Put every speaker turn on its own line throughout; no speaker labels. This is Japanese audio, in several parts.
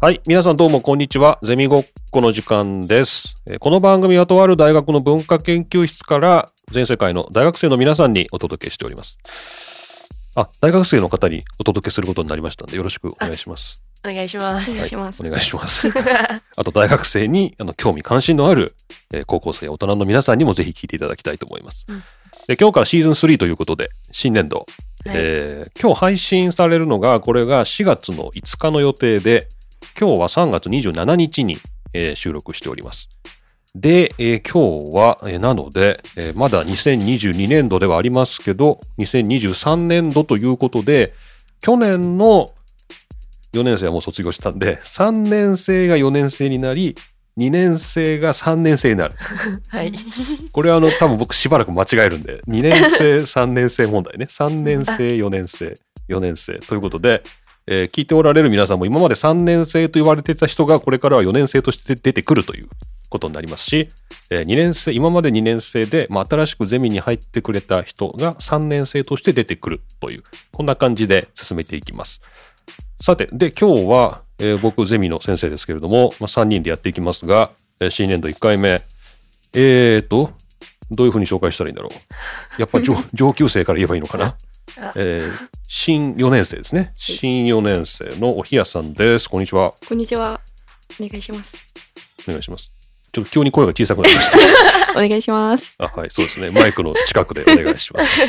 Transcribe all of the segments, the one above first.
はい。皆さんどうもこんにちは。ゼミごっこの時間です。えーこの番組はとある大学の文化研究室から全世界の大学生の皆さんにお届けしております。あ、大学生の方にお届けすることになりましたのでよろしくお願いします。
お願いします。
お願いしま す。
お願いします。あと大学生にあの興味関心のある、えー高校生や大人の皆さんにもぜひ聞いていただきたいと思います。
うん
で今日からシーズン3ということで新年度、
はい
えー今日配信されるのがこれが4月の5日の予定で今日は3月27日に、えー収録しております。で、えー今日は、えーなので、えーまだ2022年度ではありますけど2023年度ということで去年の4年生はもう卒業したんで3年生が4年生になり2年生が3年生になる
はい。
これはあの多分僕しばらく間違えるんで2年生3年生問題ね3年生4年生4年生ということで、えー聞いておられる皆さんも今まで3年生と言われてた人がこれからは4年生として出てくるということになりますし、え2年生今まで2年生で、まあ、新しくゼミに入ってくれた人が3年生として出てくるというこんな感じで進めていきます。さて、で、今日は、えー僕、ゼミの先生ですけれども、まあ、3人でやっていきますが、えー新年度1回目。えーと、どういうふうに紹介したらいいんだろう。やっぱ 上上級生から言えばいいのかな
あ。
えー新4年生ですね。新4年生のおひやさんです。こんにちは。
こんにちは。お願いします。
お願いします。ちょっと急に声が小さくなりました。
お願いします。
あはい、そうですね。マイクの近くでお願いし ます。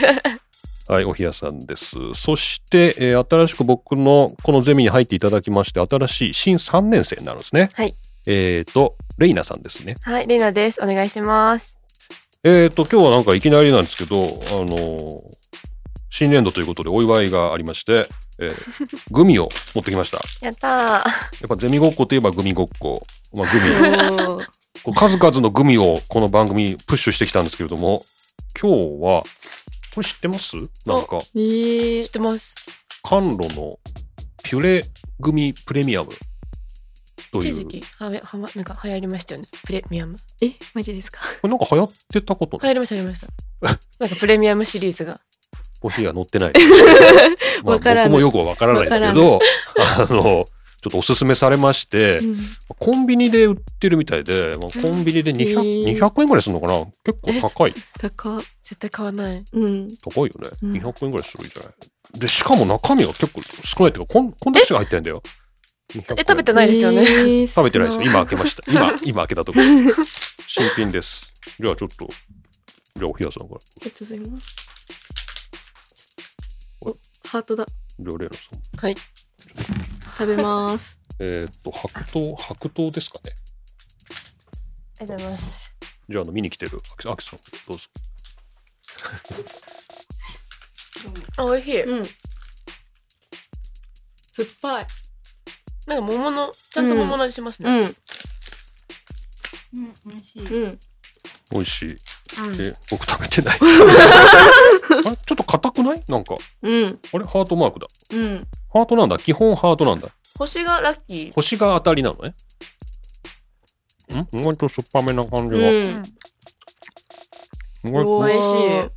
はい、おひやさんです。そして、えー新しく僕のこのゼミに入っていただきまして、新しい新3年生になるんですね。
はい。
えっ、と、レイナさんですね。
はい、レナです。お願いします。
えっ、と、今日はなんかいきなりなんですけど、あのー新年度ということでお祝いがありまして、えー グミを持ってきました。や
やったー。
っぱゼミごっこといえばグミごっこ。まあ、グミ。
おー
こう数々のグミをこの番組プッシュしてきたんですけれども、今日は、これ知ってますなんか、
え
知っ
ー、
てます。
甘露のピュレグミプレミアムとい
一
う
時期はめはまなんか流行りましたよね。プレミアム。
え、マジですか。
これなんか流行ってたこと
流行りました、流行りました。 なんかプレミアムシリーズが。
お日が載ってない、まあ、
わから
僕
ん
もよくわからないですけどあのちょっとおすすめされましてコンビニで売ってるみたいで、まあ、コンビニで 200,、
へー
200円ぐらいするのかな結構高い
高っ。
絶対買わない。
うん。
高いよね、
うん
200円ぐらいするじゃないでしかも中身が結構少ないっていうかこんこんだけしか入ってないんだよえ
え、食べてないですよね。
えー
食べてないですね。今
ご
開けました。今、今開けたとこです。新品です。じゃあちょっと、じゃあおひやさんから。
ありがとうございます。お、ハートだ。
じゃあレイナさん。
食べます。
えーっと、白桃、白桃ですかね。
ありがとうございます。
じゃああの、見に来てる、あきあきさん、どうぞ。
あ、美味しい。
うん。酸っぱい。
なんか桃の、ちゃんと桃の味しますね。
ん。
うん、美味しい。
うん。
美味しい。
うん
え、僕食べて ない。あれちょっと硬くないなんか。
うん。
あれハートマークだ。
うん。
ハートなんだ。基本ハートなんだ。
星がラッキー。
星が当たりなのね。ん意外と酸っぱめな感じが。意
うん。
外と
お
美
ー
味しい。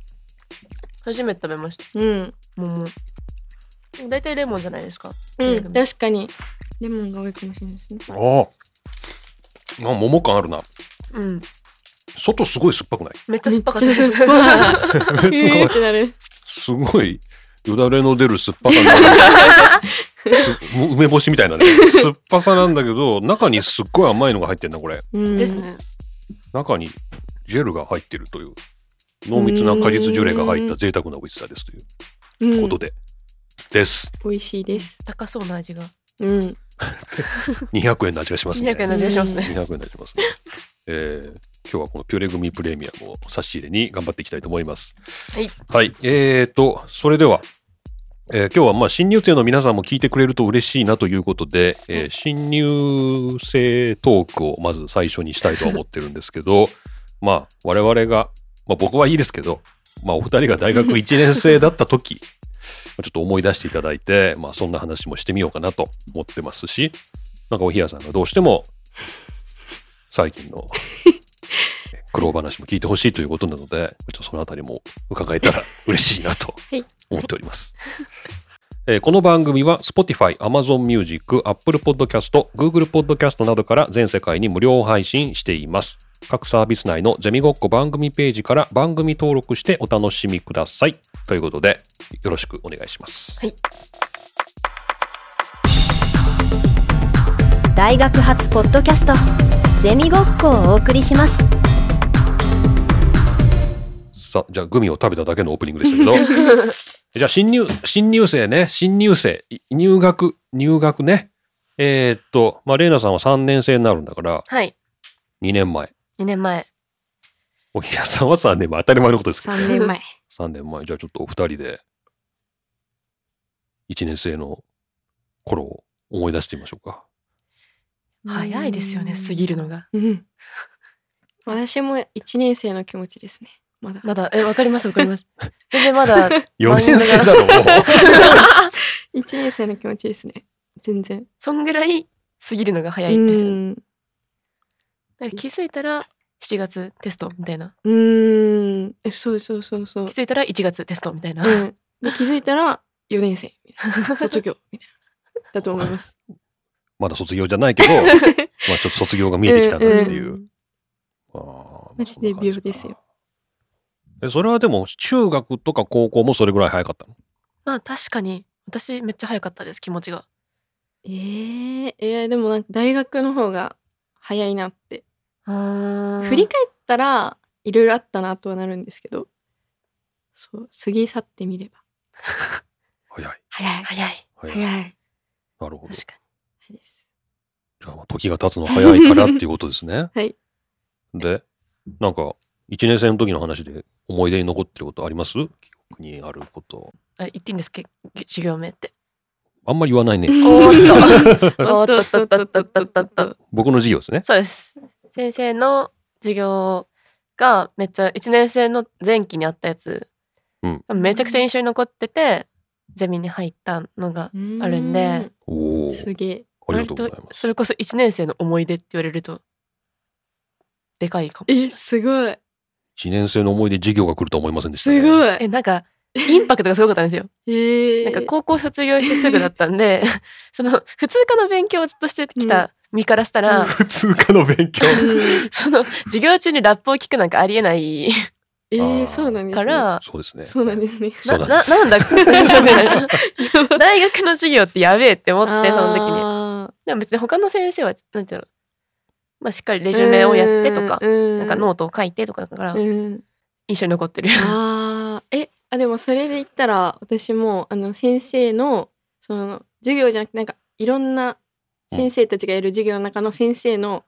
初めて食べました。
うん。
桃。大体レモンじゃないですか。
うん。確かに。レモンが多いかもしれな いですね。
ああ。あ、桃感あるな。
うん。
外すごい酸っぱくない
めっちゃ酸っぱかった
め
で
っちゃ
す。
酸っぱい。
別に
えーってなる。
すごい、よだれの出る酸っぱさになる すもう梅干しみたいなね。酸っぱさなんだけど、中にすっごい甘いのが入ってんだ、これ。
うん
です。ね。
中にジェルが入ってるという。濃密な果実ジュレが入った贅沢な美味しさですといううんこと。で。です。
美味しいです。
高そうな味が。
うん。
200円の味がしますね。
200円の味がしますね。
200円になります ね。えー今日はこのピュレグミプレミアムを差し入れに頑張っていきたいと思います。
はい。
はい。えーと、それでは、えー今日はまあ新入生の皆さんも聞いてくれると嬉しいなということで、えー新入生トークをまず最初にしたいとは思ってるんですけど、 まあ我々が、まあ僕はいいですけど、まあお二人が大学1年生だった時、ちょっと思い出していただいて、まあそんな話もしてみようかなと思ってますし、なんかおひやさんがどうしても最近のえ苦労話も聞いてほしいということなので、ちょっとそのあたりも伺えたら嬉しいなと
はい
思っております。 えーこの番組は Spotify、Amazon Music、Apple Podcast、Google Podcast などから全世界に無料配信しています。各サービス内のゼミごっこ番組ページから番組登録してお楽しみください。ということで、よろしくお願いします。
はい。
大学発ポッドキャストゼミごっこをお送りします
さあ、じゃあグミを食べただけのオープニングでしたけど。じゃあ新入、新入生ね、新入生、い入学、入学ね。えーっと、まあ、レイナさんは3年生になるんだから、
はい。
2年前。
2年前。
おひやさんは3年前。当たり前のことですけど。
3年前。
3年前。じゃあちょっとお二人で、1年生の頃を思い出してみましょうか。
早いですよね、過ぎるのが。
うん。私も1年生の気持ちですね。まだ。
まだ、え、わかりますわかります。全然まだ、
4年生だろ、もう。
1年生の気持ちですね。全然。
そんぐらい過ぎるのが早いんですよ
う
ね。
ん
だから気づいたら7月テストみたいな。
うーん。えそうそうそう そう
気。づいたら1月テストみたいな。
うん、で気づいたら4年生みたいな卒業みたいなだと思います。
まだ卒業じゃないけど、まあちょっと卒業が見えてきたなっていう。
ん
あーまあ
マジで秒ですよ。
えそれはでも中学とか高校もそれぐらい早かったの
まあ確かに私めっちゃ早かったです気持ちが。
えー、えーでもなんか大学の方が早いなって、振
振
り
り
返ったらいろいろあったなとはなるんですけどそう過ぎ去ってみれば
早い
早い
早い
早い
早い
なるほどじ
確か
です。
ゃあ時が経つの早いからっていうことですね
はい
でなんか1年生の時の話で思い出に残ってることあります記憶にあること
に。あ言っていいんですけ授業名って。
あんまり言わないね
お ーっと
お
お
っ
っ
と
と
っ
っ
と
と
っ
っ
と
と
っ
っ
と
とっとっ
っとっと
と
っ
っ
と
と
僕の授業ですね
そうです。先生の授業がめっちゃ1年生の前期にあったやつ、
うん
めちゃくちゃ印象に残っててゼミに入ったのがあるんで
おお
すげえ。
ありがとうござい
割
ま
と
す
それこそ1年生の思い出って言われるとでかいかもしれ
え
ない。
すごい
1年生の思い出授業が来るとは思いませんでした、ね、
すごい。
えなんかインパクトがすごかったんですよ。
えー、
なんか高校卒業してすぐだったんでその普通科の勉強をずっとしてきた身からしたら、
うん
普通科の勉強
うん
その授業中にラップを聞くなんかありえない
え
あ
ー、
ー
そうなんです
か
ね
ら
そうですね
そうなんですね。
そうなん
な
です
なんだみたいな 大学の授業ってやべえって思ってその時に
に。
でも別に他の先生はなんていうの、まあ、しっかりレジュメをやってとか、
な
なんかノートを書いてとかだから
うん、
印象に残ってる、
あーえあでもそれで言ったら私もあの先生のその授業じゃなくてなんかいろんな先生たちがいる授業の中の先生の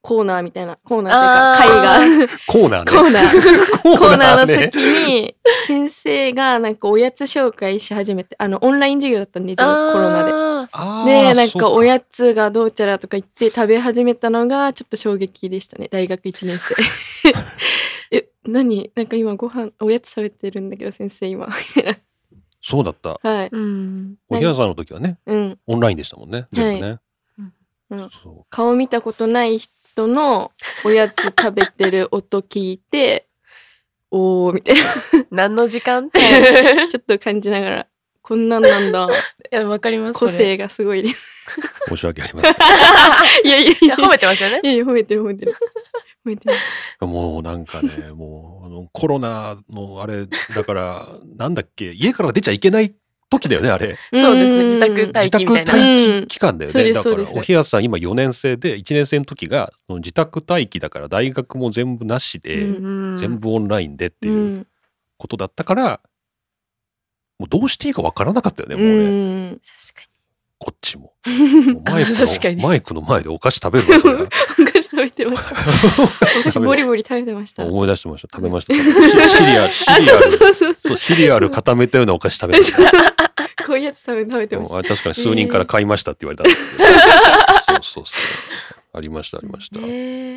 コーナーみたいなコーナーっていうか
あ
会が
コーナーね
コーナー
コ
コー
ーナー
ナーの
ね
時に先生がなんかおやつ紹介し始めてあのオンライン授業だったんで全部コロナで。
ナ
あー
でなん
そ
か
う
おやつがどうちゃらとか言って食べ始めたのがちょっと衝撃でしたね大学1年生 え何なんか今ご飯おやつ食べてるんだけど先生今
そうだった
はい
うん
おひやさんの時はね
うん
オンラインでしたもんね全部ね、
うん
そう
顔見たことない人のおやつ食べてる音聞いておーみたい な
何の時間って
はちょっと感じながらこんなんなん だ
いやわかります
個
それ
性がすごいです
申し訳ありません
いやいやい
い
や
や褒めてますよ ね
いやいや褒めてる褒めてる褒めてる
もうなんかねもうあのコロナのあれだからなんだっけ家から出ちゃいけない時だよねあれ
そうですね自宅
自
待機
宅
み
待
たいな
うん
機期間だよ
そう
ね
です
だから
そうです
おひやさん今4年生で1年生の時がその自宅待機だから大学も全部なしで、
うん
全部オンラインでって
う
いうんことだったから、もうどうしていいかわからなかったよねもうね、
うん
確か
こっちも。もうマイ ク
確か
の
に
マイクの前でお菓子食べるわそれは
お菓子食べてました。 私ボリボリ食べてました。
思い出してました食べました シシリアルシ
あ、
リア
そう
ル
そうそう。
そうシリアル固めたようなお菓子食 べました
こういうやつ食べ食べてまし
うん
た。
あれ確かに数人から買いましたって言われ たんですけど、そうそうそうありましたありました、
にえ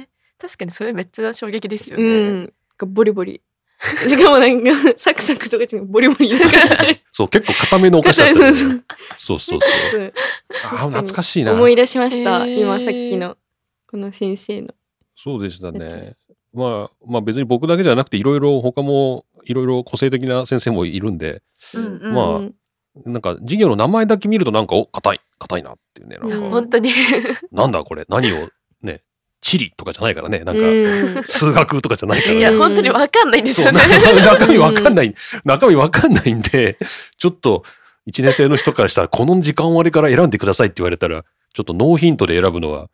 ー確かにそれめっちゃ衝撃ですよ
う
ね、
ん。ボリボリ。しかもなんかサクサクとかじゃなくてボリボリだから。
そう結構固めのお菓子だったん
そう
で
そう
そうそうそう
そう
あ
か
ー
に
懐かしいな
思い出しました。
へー
今さっきのこの先生の。
そうでしたね
懐
まあまあ別に僕だけじゃなくていろいろ他もいろいろ個性的な先生もいるんで、
うんうん
まあ
うん
なんか授業の名前だけ見るとなんかお硬い硬いなっていうねなんか、
うん
本当に
なんだこれ何をね地理とかじゃないからねなんか
うん
数学とかじゃないから
い
ね
や本当にわかんないんです
そう
よね。
な中身わかんない、中身わかんないんで、ちょっと1年生の人からしたら、この時間割から選んでくださいって言われたら、ちょっとノーヒントで選ぶのは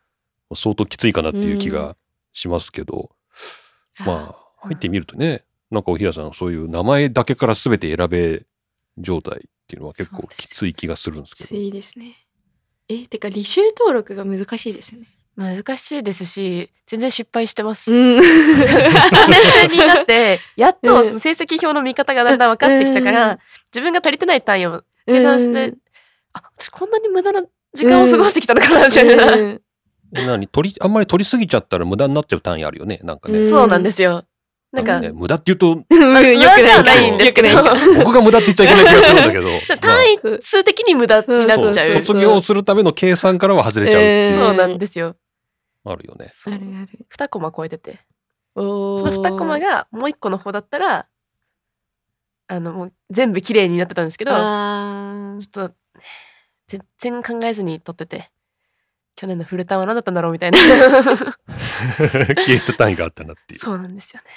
相当きついかなっていう気がしますけど、まあ、入ってみるとね、なんかおひらさん、そういう名前だけから全て選べ状態っていうのは結構きつい気がするんです
き
け
つ
ど。
いですねえてか履修登録が難しいですよね
難しいですし全然失敗してます。
ん
3年生になってやっ
う
と
ん
その成績表の見方がだんだん分かってきたか
う
ら
ん
自分が足りてない単位を計算してあ私こんなに無駄な時間を過ごしてきたのかなみたいな
うん
何取りあんまり取りすぎちゃったら無駄になっちゃう単位あるよね、なんかね。
ん
そうなんですよ。なん
あ
か
のね無駄って言うと、
うん
無
よく
駄じゃ
な
ないいんですけど
よくない
僕が無駄って言っちゃいけない気がするんだけど。まあ
単位数的に無駄になっちゃ
そうう卒業するための計算からは外れちゃうって
え
い
ー
う、
そうなんですよ。
あるよね。
そう
あるある
2コマ超えてて
お
その2コマがもう1個の方だったらあのもう全部綺麗になってたんですけどちょ
あ
っと全然考えずに撮ってて去年のフルターンは何だったんだろうみたいな
消えた単位があったなっていう。
そうなんですよね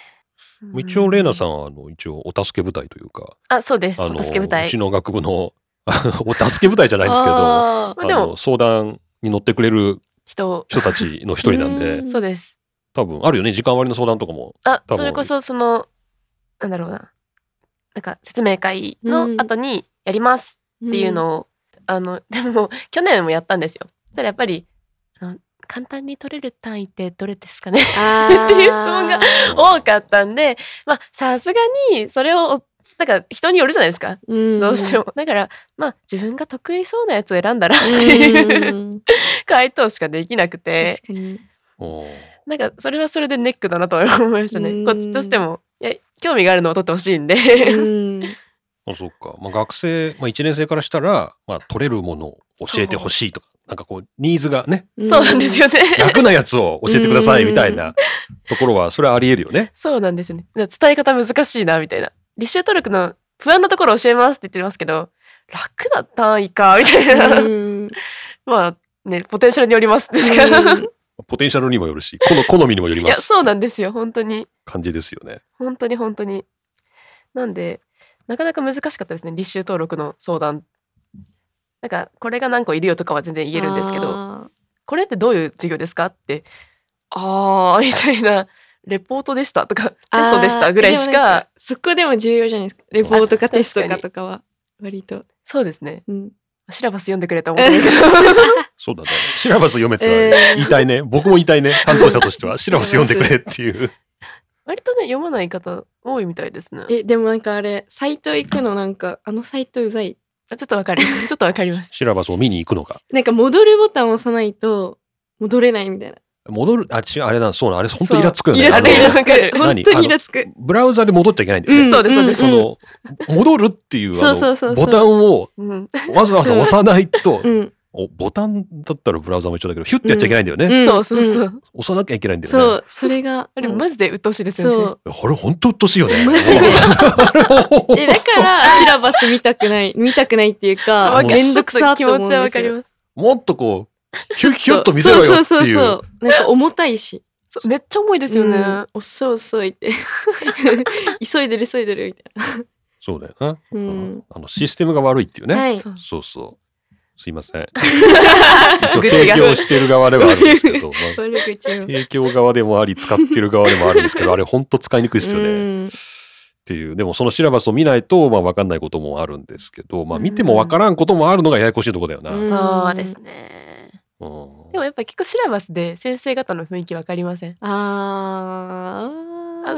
一応、レイナさ
ん
んは、あの、一応、お助け部隊というか、
あそうです
あ
お
の、
助け舞台
うちの学部の、 あのお助け部隊じゃないんですけど、あ
あーまあでも
の、相談に乗ってくれる
人を
人たちの一人なんで
う、ん
そうです
多分、あるよね、時間割の相談とかも。
あ
多分
それこそそのなんだろうななんか説明会の後にやりますっていうのを、あのでも去年もやったんですよ。ただやっぱりあの簡単に取れる単位ってどれですかねっていう質問が 多かったんでまあさすがにそれをなんか人によるじゃないですかど
ど
うして
も
も、だからまあ自分が得意そうなやつを選んだらっていう
うん
回答しかできなくて
確かに
おー
なんかそれはそれでネックだなとは思いました
うん
ねこっちとしてもいや興味があるのを取ってほしいんで
うん
あそっか。まあ、学生、まあ、1年生からしたら、まあ、取れるものを教えてほしいとか、なんかこう、ニーズがね、
そうなんですよね
楽なやつを教えてくださいみたいなところは、それはあり得るよね。
そうなんですよね。だから伝え方難しいなみたいな。履修登録の不安なところ教えますって言ってますけど、楽な単位かみたいな。
うん
まあね、ポテンシャルによりますってしか。
うん
い
ポテンシャルにもよるし、この 好みにもよりま
や、
す。
そうなんですよ。本当に。
感じですよね。
本当に本当に。なんで、なかなか難しかったですね。履修登録の相談。なんか、これが何個いるよとかは全然言えるんですけど、
あ
これってどういう授業ですかって、あー、み たいな、レポートでしたとか、テ
ー
ストでしたぐらいし
でもなん
か、
そこでも重要じゃないですかレポートか
あ
テスト
確か
か
に
とかは割と、
そうですね。
うん、
シラバス読んでくれたもんだけ ど。
そうだね。シラバス読めって言われる
えー
言いたいね。僕も言いたいね。担当者としては。シラバス読んでくれっていう。
割とね読まない方多いみたいですね。
えでもなんかあれサイト行くのなんかあのサイトうざい
あちょっとわかる。ちょっとわかり ます。
シラバスを見に行くのか。
なんか戻るボタンを押さないと戻れないみたいな
戻る、あ、違う、あれだ、そうな、あれ、本当イラつくよ
イ
ね。
ラつ
あ
く
の
イラつく
何
本当にイラつく
ブラウザで戻っちゃいけないんだよ
ん
ね。
そうですそうです
その、戻るっていう、あ
そうそうそ
の、
うそう
ボタンを
うん、
わざわざ押さないと
う、ん
おボタンだったらブラウザも一緒だけど、ヒュッてやっちゃいけないんだよね。
ん
そうそうそう。
う
押さなきゃいけないんだ
そ
よね。
うそれが
あれ
うん
マジで鬱陶しいですよね。
そう
あれ、本当鬱陶しいよね。
マジでえだ からシラバス見たくない見たくないっていう
あ
か
わかる
めんどくさ
ち
と
ょっ
思
と気持ち
うんです
は
よ
わかります。
もっとこう、ヒュッヒュッと見せろよって
そうそう
い
そう
う。
そうなんか重たいし
そうめっちゃ重いですよね。
うん遅い遅いって 急いでる急いでるみたい
そうだよな。
な、う
うんん、あのシステムが悪いっていうね、
はい
そう
そうそうすいません一応
愚痴
提
が
供してる側ではあるんですけ ど、まあ
悪口を
提供側でもあり使ってる側でもあるんです けどあれ本当使いにくいですよね、
う
っ
ん
ていうでもそのシラバスを見ないと、まあ、分かんないこともあるんですけど、まあ、見ても分からんこともあるのがややこしいとこだよな、
うん
そうですね。
うん
でもやっぱ結構シラバスで先生方の雰囲気わかりません。
あー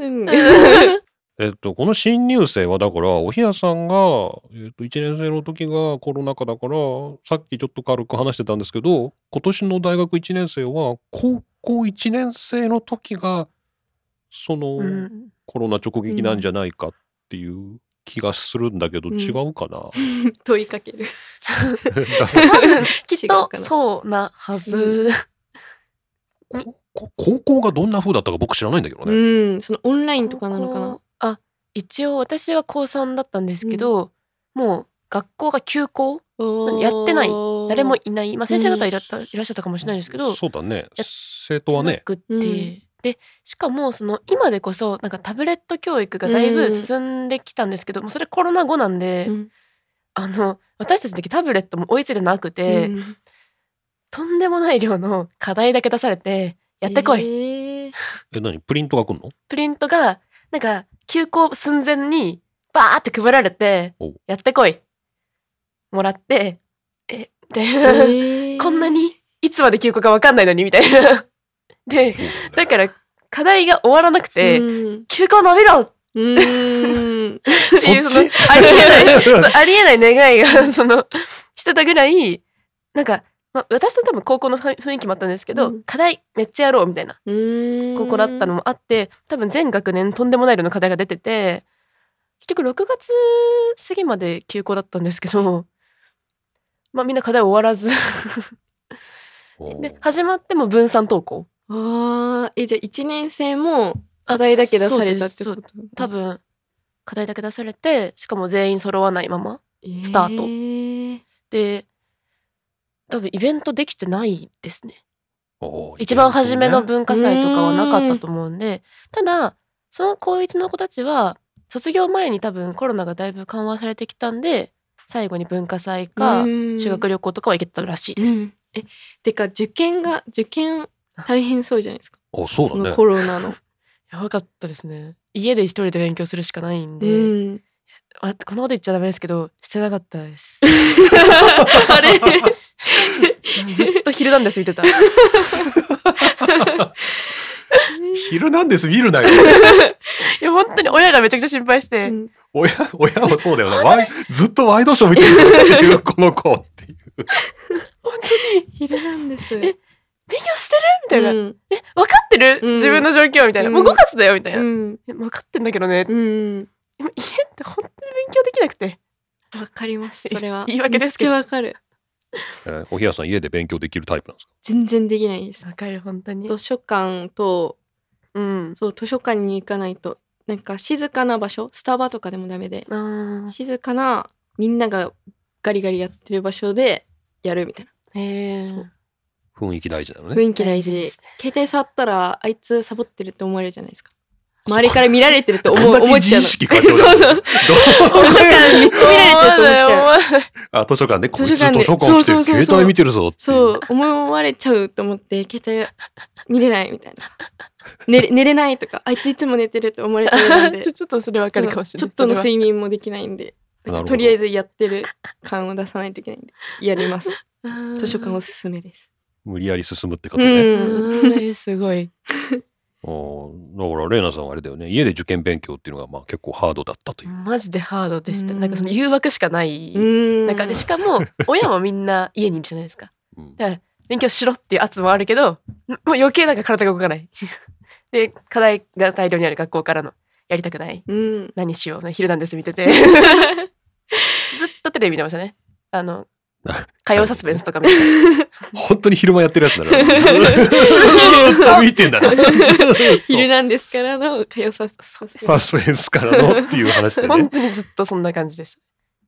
えー、
えっと、この新入生はだからおひやさんが、えっと、1年生の時がコロナ禍だからさっきちょっと軽く話してたんですけど今年の大学1年生は高校1年生の時がその、
うん、
コロナ直撃なんじゃないかっていう気がするんだけど、
うん
違うかな、
うん、 問いかける
多分きっ
違うか
と
な
そうなはず。
こ高校がどんな風だったか僕知らないんだけどね。
うんそのオンラインとかなのかな
高校あ一応私は高3だったんですけど、もう学校が休校やってない誰もいない、まあ、先生方いらった、いらっしゃったかもしれないですけど
そうだね
や
生徒はね
なくって、
うん
でしかもその今でこそなんかタブレット教育がだいぶ進んできたんですけど、もうそれコロナ後なんで、
うん
あの私たちの時タブレットも追いついてなくて、
うん
とんでもない量の課題だけ出されてやってこい、
えー
え何プリントが来んの
プリントがなんか休校寸前にバーって配られて
お
やってこいもらってえで、
え ー
こんなにいつまで休校か分かんないのにみたい な。でだから課題が終わらなくて、
うん
休校伸びろ
うーん
っていうそのあり えないそうありえない願いが そのしてたぐらいなんか、まあ、私の多分高校の雰雰囲気もあったんですけど、
うん
課題めっちゃやろうみたいな
うーん
高校だったのもあって多分全学年とんでもない量の課題が出てて結局6月過ぎまで休校だったんですけど、 まあ、みんな課題終わらず
お
で始まっても分散登校
ああえじゃあ1年生も課題だけ出されたって
そう
こ
で
と
す多分課題だけ出されてしかも全員揃わないままスタート
えー
で多分イベントできてないですね
おー
一番初めの
ね
文化祭とかはなかったと思うんでただその高一の子たちは卒業前に多分コロナがだいぶ緩和されてきたんで最後に文化祭か
うん
修学旅行とかは行けたらしいで
う
す。
んえてか受験が受験大変そうじゃないですか
あそう
そ
だ
の
ね
コ ロナの、
やばかったですね家で一人で勉強するしかないんで、
うん
あこんなこと言っちゃダメですけどしてなかった です。
あれ
ずっと「ヒルナンデス」見 てた。
「ヒルナンデス」見るなよ
いや本当に親がめちゃくちゃ心配して、
うん
親親もそうだよねワイずっとワイドショー見てるぞっていうこの子っていう
本当に
ヒルナンデス
え勉強してるみたいな、
うん
分かってる、
うん
自分の状況みたいな、もう
うん
5月だよみたいな、
うん
え分かってんだけどね、
うん
でも家って本当に勉強できなくて
わかりますそれは
言い訳ですけど
めっちゃわかる
えーおひやさん家で勉強できるタイプなんですか
全然できないです
わかる本当に
図書館と
うん
そう図書館に行かないとなんか静かな場所スタバとかでもダメで
あー
静かなみんながガリガリやってる場所でやるみたい
へえ
そう
雰囲気大事なの
な
ね
雰囲気大
大事
事
です
携帯触ったらあいつサボってるって思われるじゃないですか周りから見られてると思
どん
う
だけ
思っちゃうの
自意識過剰だ
そうそ
ど
う
う
図書館めっちゃ見られてると思っちゃう
ちゃう
あ図書館ねこい
図
つ
書館
図
で
書館来て
そうそうそうそう
携帯見てるぞっていう
そう思われちゃうと思って携帯見れないみたいな寝れ寝れないとかあいついつも寝てると思われてるので
ちょちょっとそれわかるかもしれ
ち
な
ょ
い
っとの
それは
睡眠もできないん で
なるほど
とりあえずやってる感を出さないといけないんでやります
うん
図書館おすすめです、
無理やり進むってこ
う
とね、
うん
ん、
えすごい
おだからレイナさんはあれだよね家で受験勉強っていうのがまあ結構ハードだったという、
マジでハードでした、
うん
なんかその誘惑しかない、
うん
なんかでしかも親もみんな家にいるじゃないですか
うん
勉強しろっていう圧もあるけどもう余計なんか体が動かないで課題が大量にある学校からのやりたくない
うん
何しよう「ヒルナンデス」見ててずっとテレビ見てましたねあの
な
火曜サスペンスとか 見て
本当に昼間やってるやつだねずーっと見てんだ ねずーっと
「ヒルナンデス」からの火曜サそうで
サスペンスからのっていう話で
本
ね
当にずっとそんな感じでした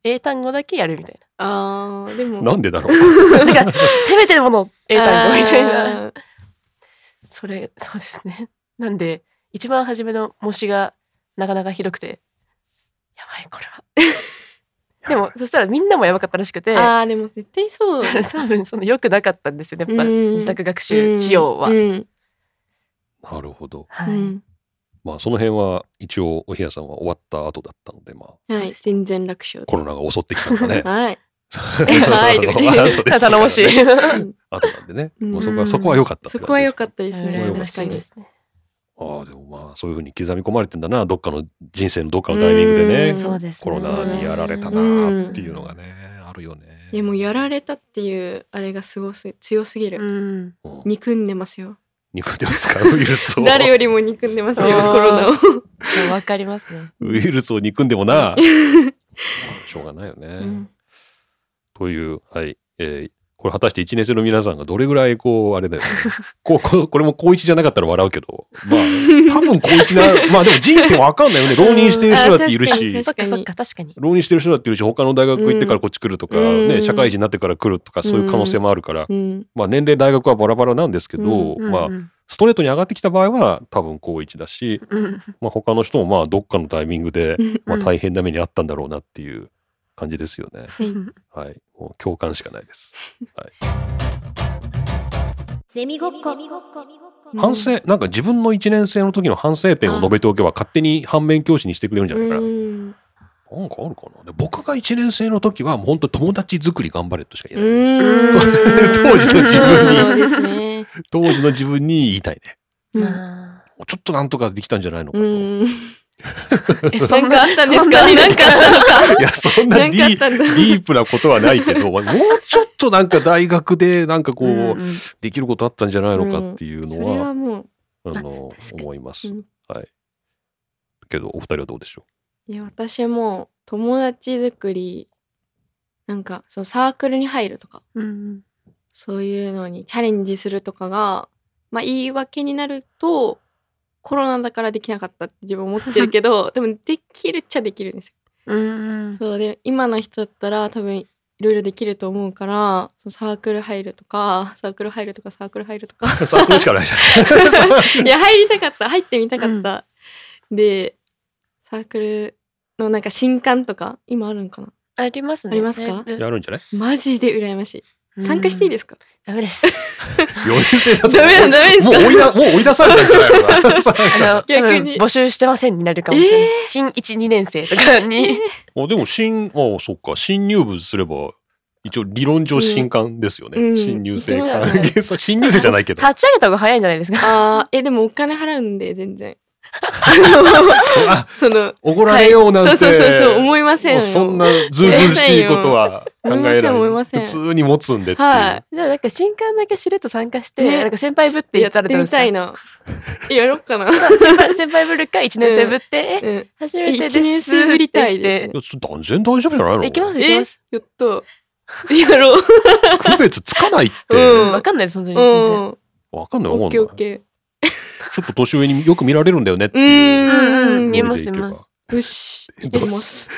英単語だけやるみたい
あーでも
なんでだろう
ななんかせめてもの英単語みたいな
あー
それそうですねなんで一番初めの模試がなかなかひどくてやばいこれはで もそしたらみんなもやばかったらしくて
あーでも絶 対そう
だから多分その良くなかったんですよねやっぱ
うん
自宅学習仕様は、
うん
なるほど
は
う
い
ん
まあその辺は一応おひやさんは終わった後だったのでまあ
は
そう
い
です
全然楽勝
コロナが襲ってきたのかね
はい
はいとか言って
あそうですからね
頼もしい
後なんでね、
うん
もうそこはそこは良かったって感じで
そ
す
こは良かったですね
羨ま
確
し
かに
すね
ああでもまあそういうふうに刻み込まれてんだなどっかの人生のどっかのタイミングで
うん
ね
そうです
コ
ね
ロナにやられたなっていうのがねあるよね。
でもやられたっていうあれがすごす強すぎ
う
る
ん
うん
憎んでますよ
憎んでますかウイルスを
誰よりも憎んでますよコ
あー
ロナを
でもわかりますね
ウイルスを憎んでもなま あしょうがないよね。
うん
というはい、えーここれ果たして1年生の皆さんがどれぐらいこうあれだよね こうこうこれも高1じゃなかったら笑うけどまあ多分高1な まあでも人生わかんないよね浪人してる人だっている
うんあ確かに
し
そっか
確
そっか確かに
浪人してる人だっているし他の大学行ってからこっち来るとか、
うんう
ね、
ん
社会人になってから来るとかそういう可能性もあるから、
うん
まあ、年齢大学はバラバラなんですけど、
う
まあ
う、ん
ストレートに上がってきた場合は多分高1だし、
うんうん
まあ、他の人もまあどっかのタイミングで、
うん
まあ、大変な目にあったんだろうなっていう感じですよね。
うん
はい、もう共感しかないです。
ゼミごっこ
うん
反省なんか自分の1年生の時の反省点を述べておけば勝手に反面教師にしてくれるんじゃないかな。
うん
なんかあるかなで僕が1年生の時はもう本当友達作り頑張れとしか言えない、
うん
と 当時の自
そ
分
う
に
ですね。
当時の自分に言いたいね
うん
あ
もうちょっとなんとかできたんじゃないのか
う
と、い
ん。
ーえ
な
そ
ん
ん
か
な
あったんですか？
そん
なんかあったのか。
やそんな
な
デ
んかあっ
ィ
たんだ。
ディープなことはないけどもうちょっとなんか大学でなんかこう、
うんうん
できることあったんじゃないのかっていう
そ
の
れ
は,、
はもう
あの
確かに
思います、
うん
はいけどお二人はどうでしょ
いや私はもう友達作りなんかそのサークルに入るとか
うん
そういうのにチャレンジするとかがまあ言い訳になるとコロナだからできなかったって自分思ってるけどでもできるっちゃできるんですよ。
うんうん
そうで今の人だったら多分いろいろできると思うからそのサークル入るとかサークル入るとかサークル入ると か
うサークルしかないじゃない
いや入りたかった入ってみたかった、でサークルのなんか新刊とか今あるのかな
ありますね
ありますか
やるんじゃない
マジで羨ましい参加していいですすか、
ダメです
4年生だと
ダメだダメです
もう
か
追いだもう追い出されたんじゃないのかな さ
あの
逆に
多分募集してませんになるかもしれない新一二年生とかに
あでも新あそっか新入部すれば一応理論上新刊ですよね、
うん
新入生
うん
歓
言ってま
迎さ新入生じゃないけど
立ち上げた方が早いんじゃないですか
ああえでもお金払うんで全然
そうあ
その
怒られようなんて、
はいそうそうそうそう思いません
も
よ
うそんなずうずうしいことは考えない
思いません思いません
普通に持つんでっていう、
はい
でもなんか新刊だけしれっと参加して、
ね
なんか先輩ぶって
や
やっ
って
たら
み
どうですか
たいなやろ っかな、
先輩先輩ぶるか一年生ぶって、え
うん、
初めてです
一年生ぶりたいですね
って
いやそ断然大丈夫じゃないの
行きます行き
え
ます
やっとやろう
区別つかないって、
うん
わかんないです本当に全然
オ
わかんないわかんな
ッ
いち
ケー
ょ
オッケ
っと年上によく見られるんだよねって
ーう
いう
ーん
ノ
見え
リ
ます
でいけば
見えま
んよしい
ど
け
う
ます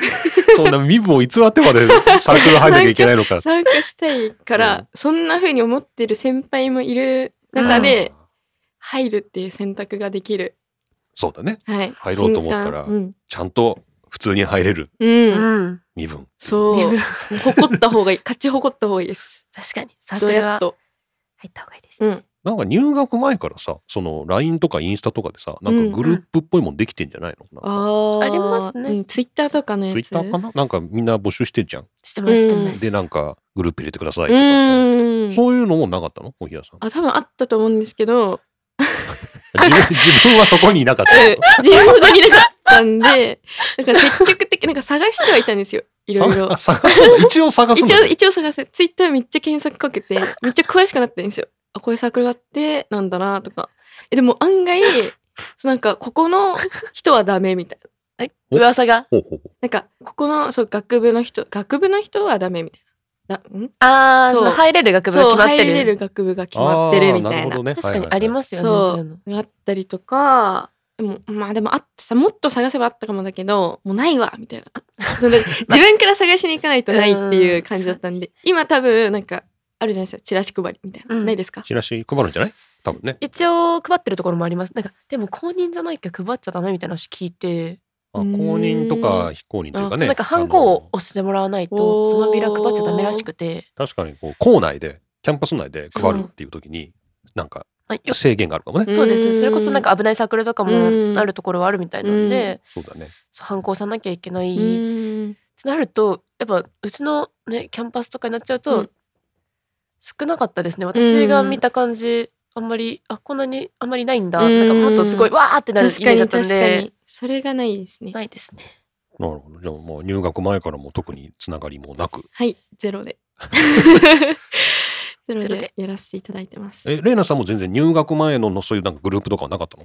そんな身分を偽ってまでサークル入んなきゃいけないの か
参加したいから、
うん
そんな風に思ってる先輩もいる中で、入るっていう選択ができる。
そうだね
はい。
入ろうと思ったら
新
ちゃんと普通に入れる
刊うん。うん。
うん
身分
そう。もう誇った方がいい。勝ち誇った方がいいです。
確かにサー
ど
ク
う
ル
やっ
は
と。
入った方がいいです、
うん。
なんか入学前からさその LINE とかインスタとかでさなんかグループっぽいもんできてんじゃないの、なんか
ああ。
ありますね
うん。ツイッターとかのやつ。
ツイッターかななんかみんな募集してんじゃん
してますしてま
うん
す
でなんかグループ入れてくださいと
う
かさ、
ん。
そういうのもなかったのおひやさん
あ、多分あったと思うんですけど、
自分自分はそこにいなかったの
自分そこにいなかったんで、なんか積極的、なんか探してはいたんですよ。いろいろ
探。探すんだ一応探すん
一
だ
応一応探すツイッターめっちゃ検索か けてめっちゃ詳しくなってるんですよあこういうサークルがあってなんだなとかえでも 案外そうなんかここの人はダメみたいな
噂が
ほうほうほう
なんかここのそう学部の人学部の人はダメみたいなだん
ああ
そう
その入れる学部が
そう
決まっ
入
て
れ
る
る学部が決まってるみた
あー
い
る
な
ほどね
確かにありますよね、
はいはい
そ
はい
ういうの
があったりとかでもまあでもあってさもっと探せばあったかもだけどもうない わみたいなその自分から探しに行かないとないっていう感じだ ったんで今多分なんかあるじゃないですかチラシ配りみたいな、
うん
ないですか
チラシ配るんじゃない多分ね
一応配ってるところもありますなんかでも公認じゃないけど配っちゃダメみたいな話聞いて、
あ
う
公
ーん
認とか非公認というかね
なんかハンコを押してもらわない
あの
とそのビラ配っちゃダメらしくて、
あの確かにこう校内でキャンパス内で配るっていう時になんか
まあ、よ
制限があるかもね
うん
そうですそれこそなんか危ないサークルとかも
うん
あるところはあるみたいなんで、
そうだね
そう反抗さなきゃいけない、っ
うん
てなるとやっぱうちのねキャンパスとかになっちゃうと、
うん
少なかったですね私が見た感じあんまりあこんなにあんまりないんだ、
うん
なんかもっとすごいわーってなるイ
確
メ
か
ージだ
に
ったん
確か
で
にそれがないですね
ないですね
なるほどじゃあもう入学前からも特につながりもなく
はいゼロで ゼロ
ゼロ
で
で
やらせていただいてます
えレイナさんも全然入学前ののそういうなんかグループとかはなかったの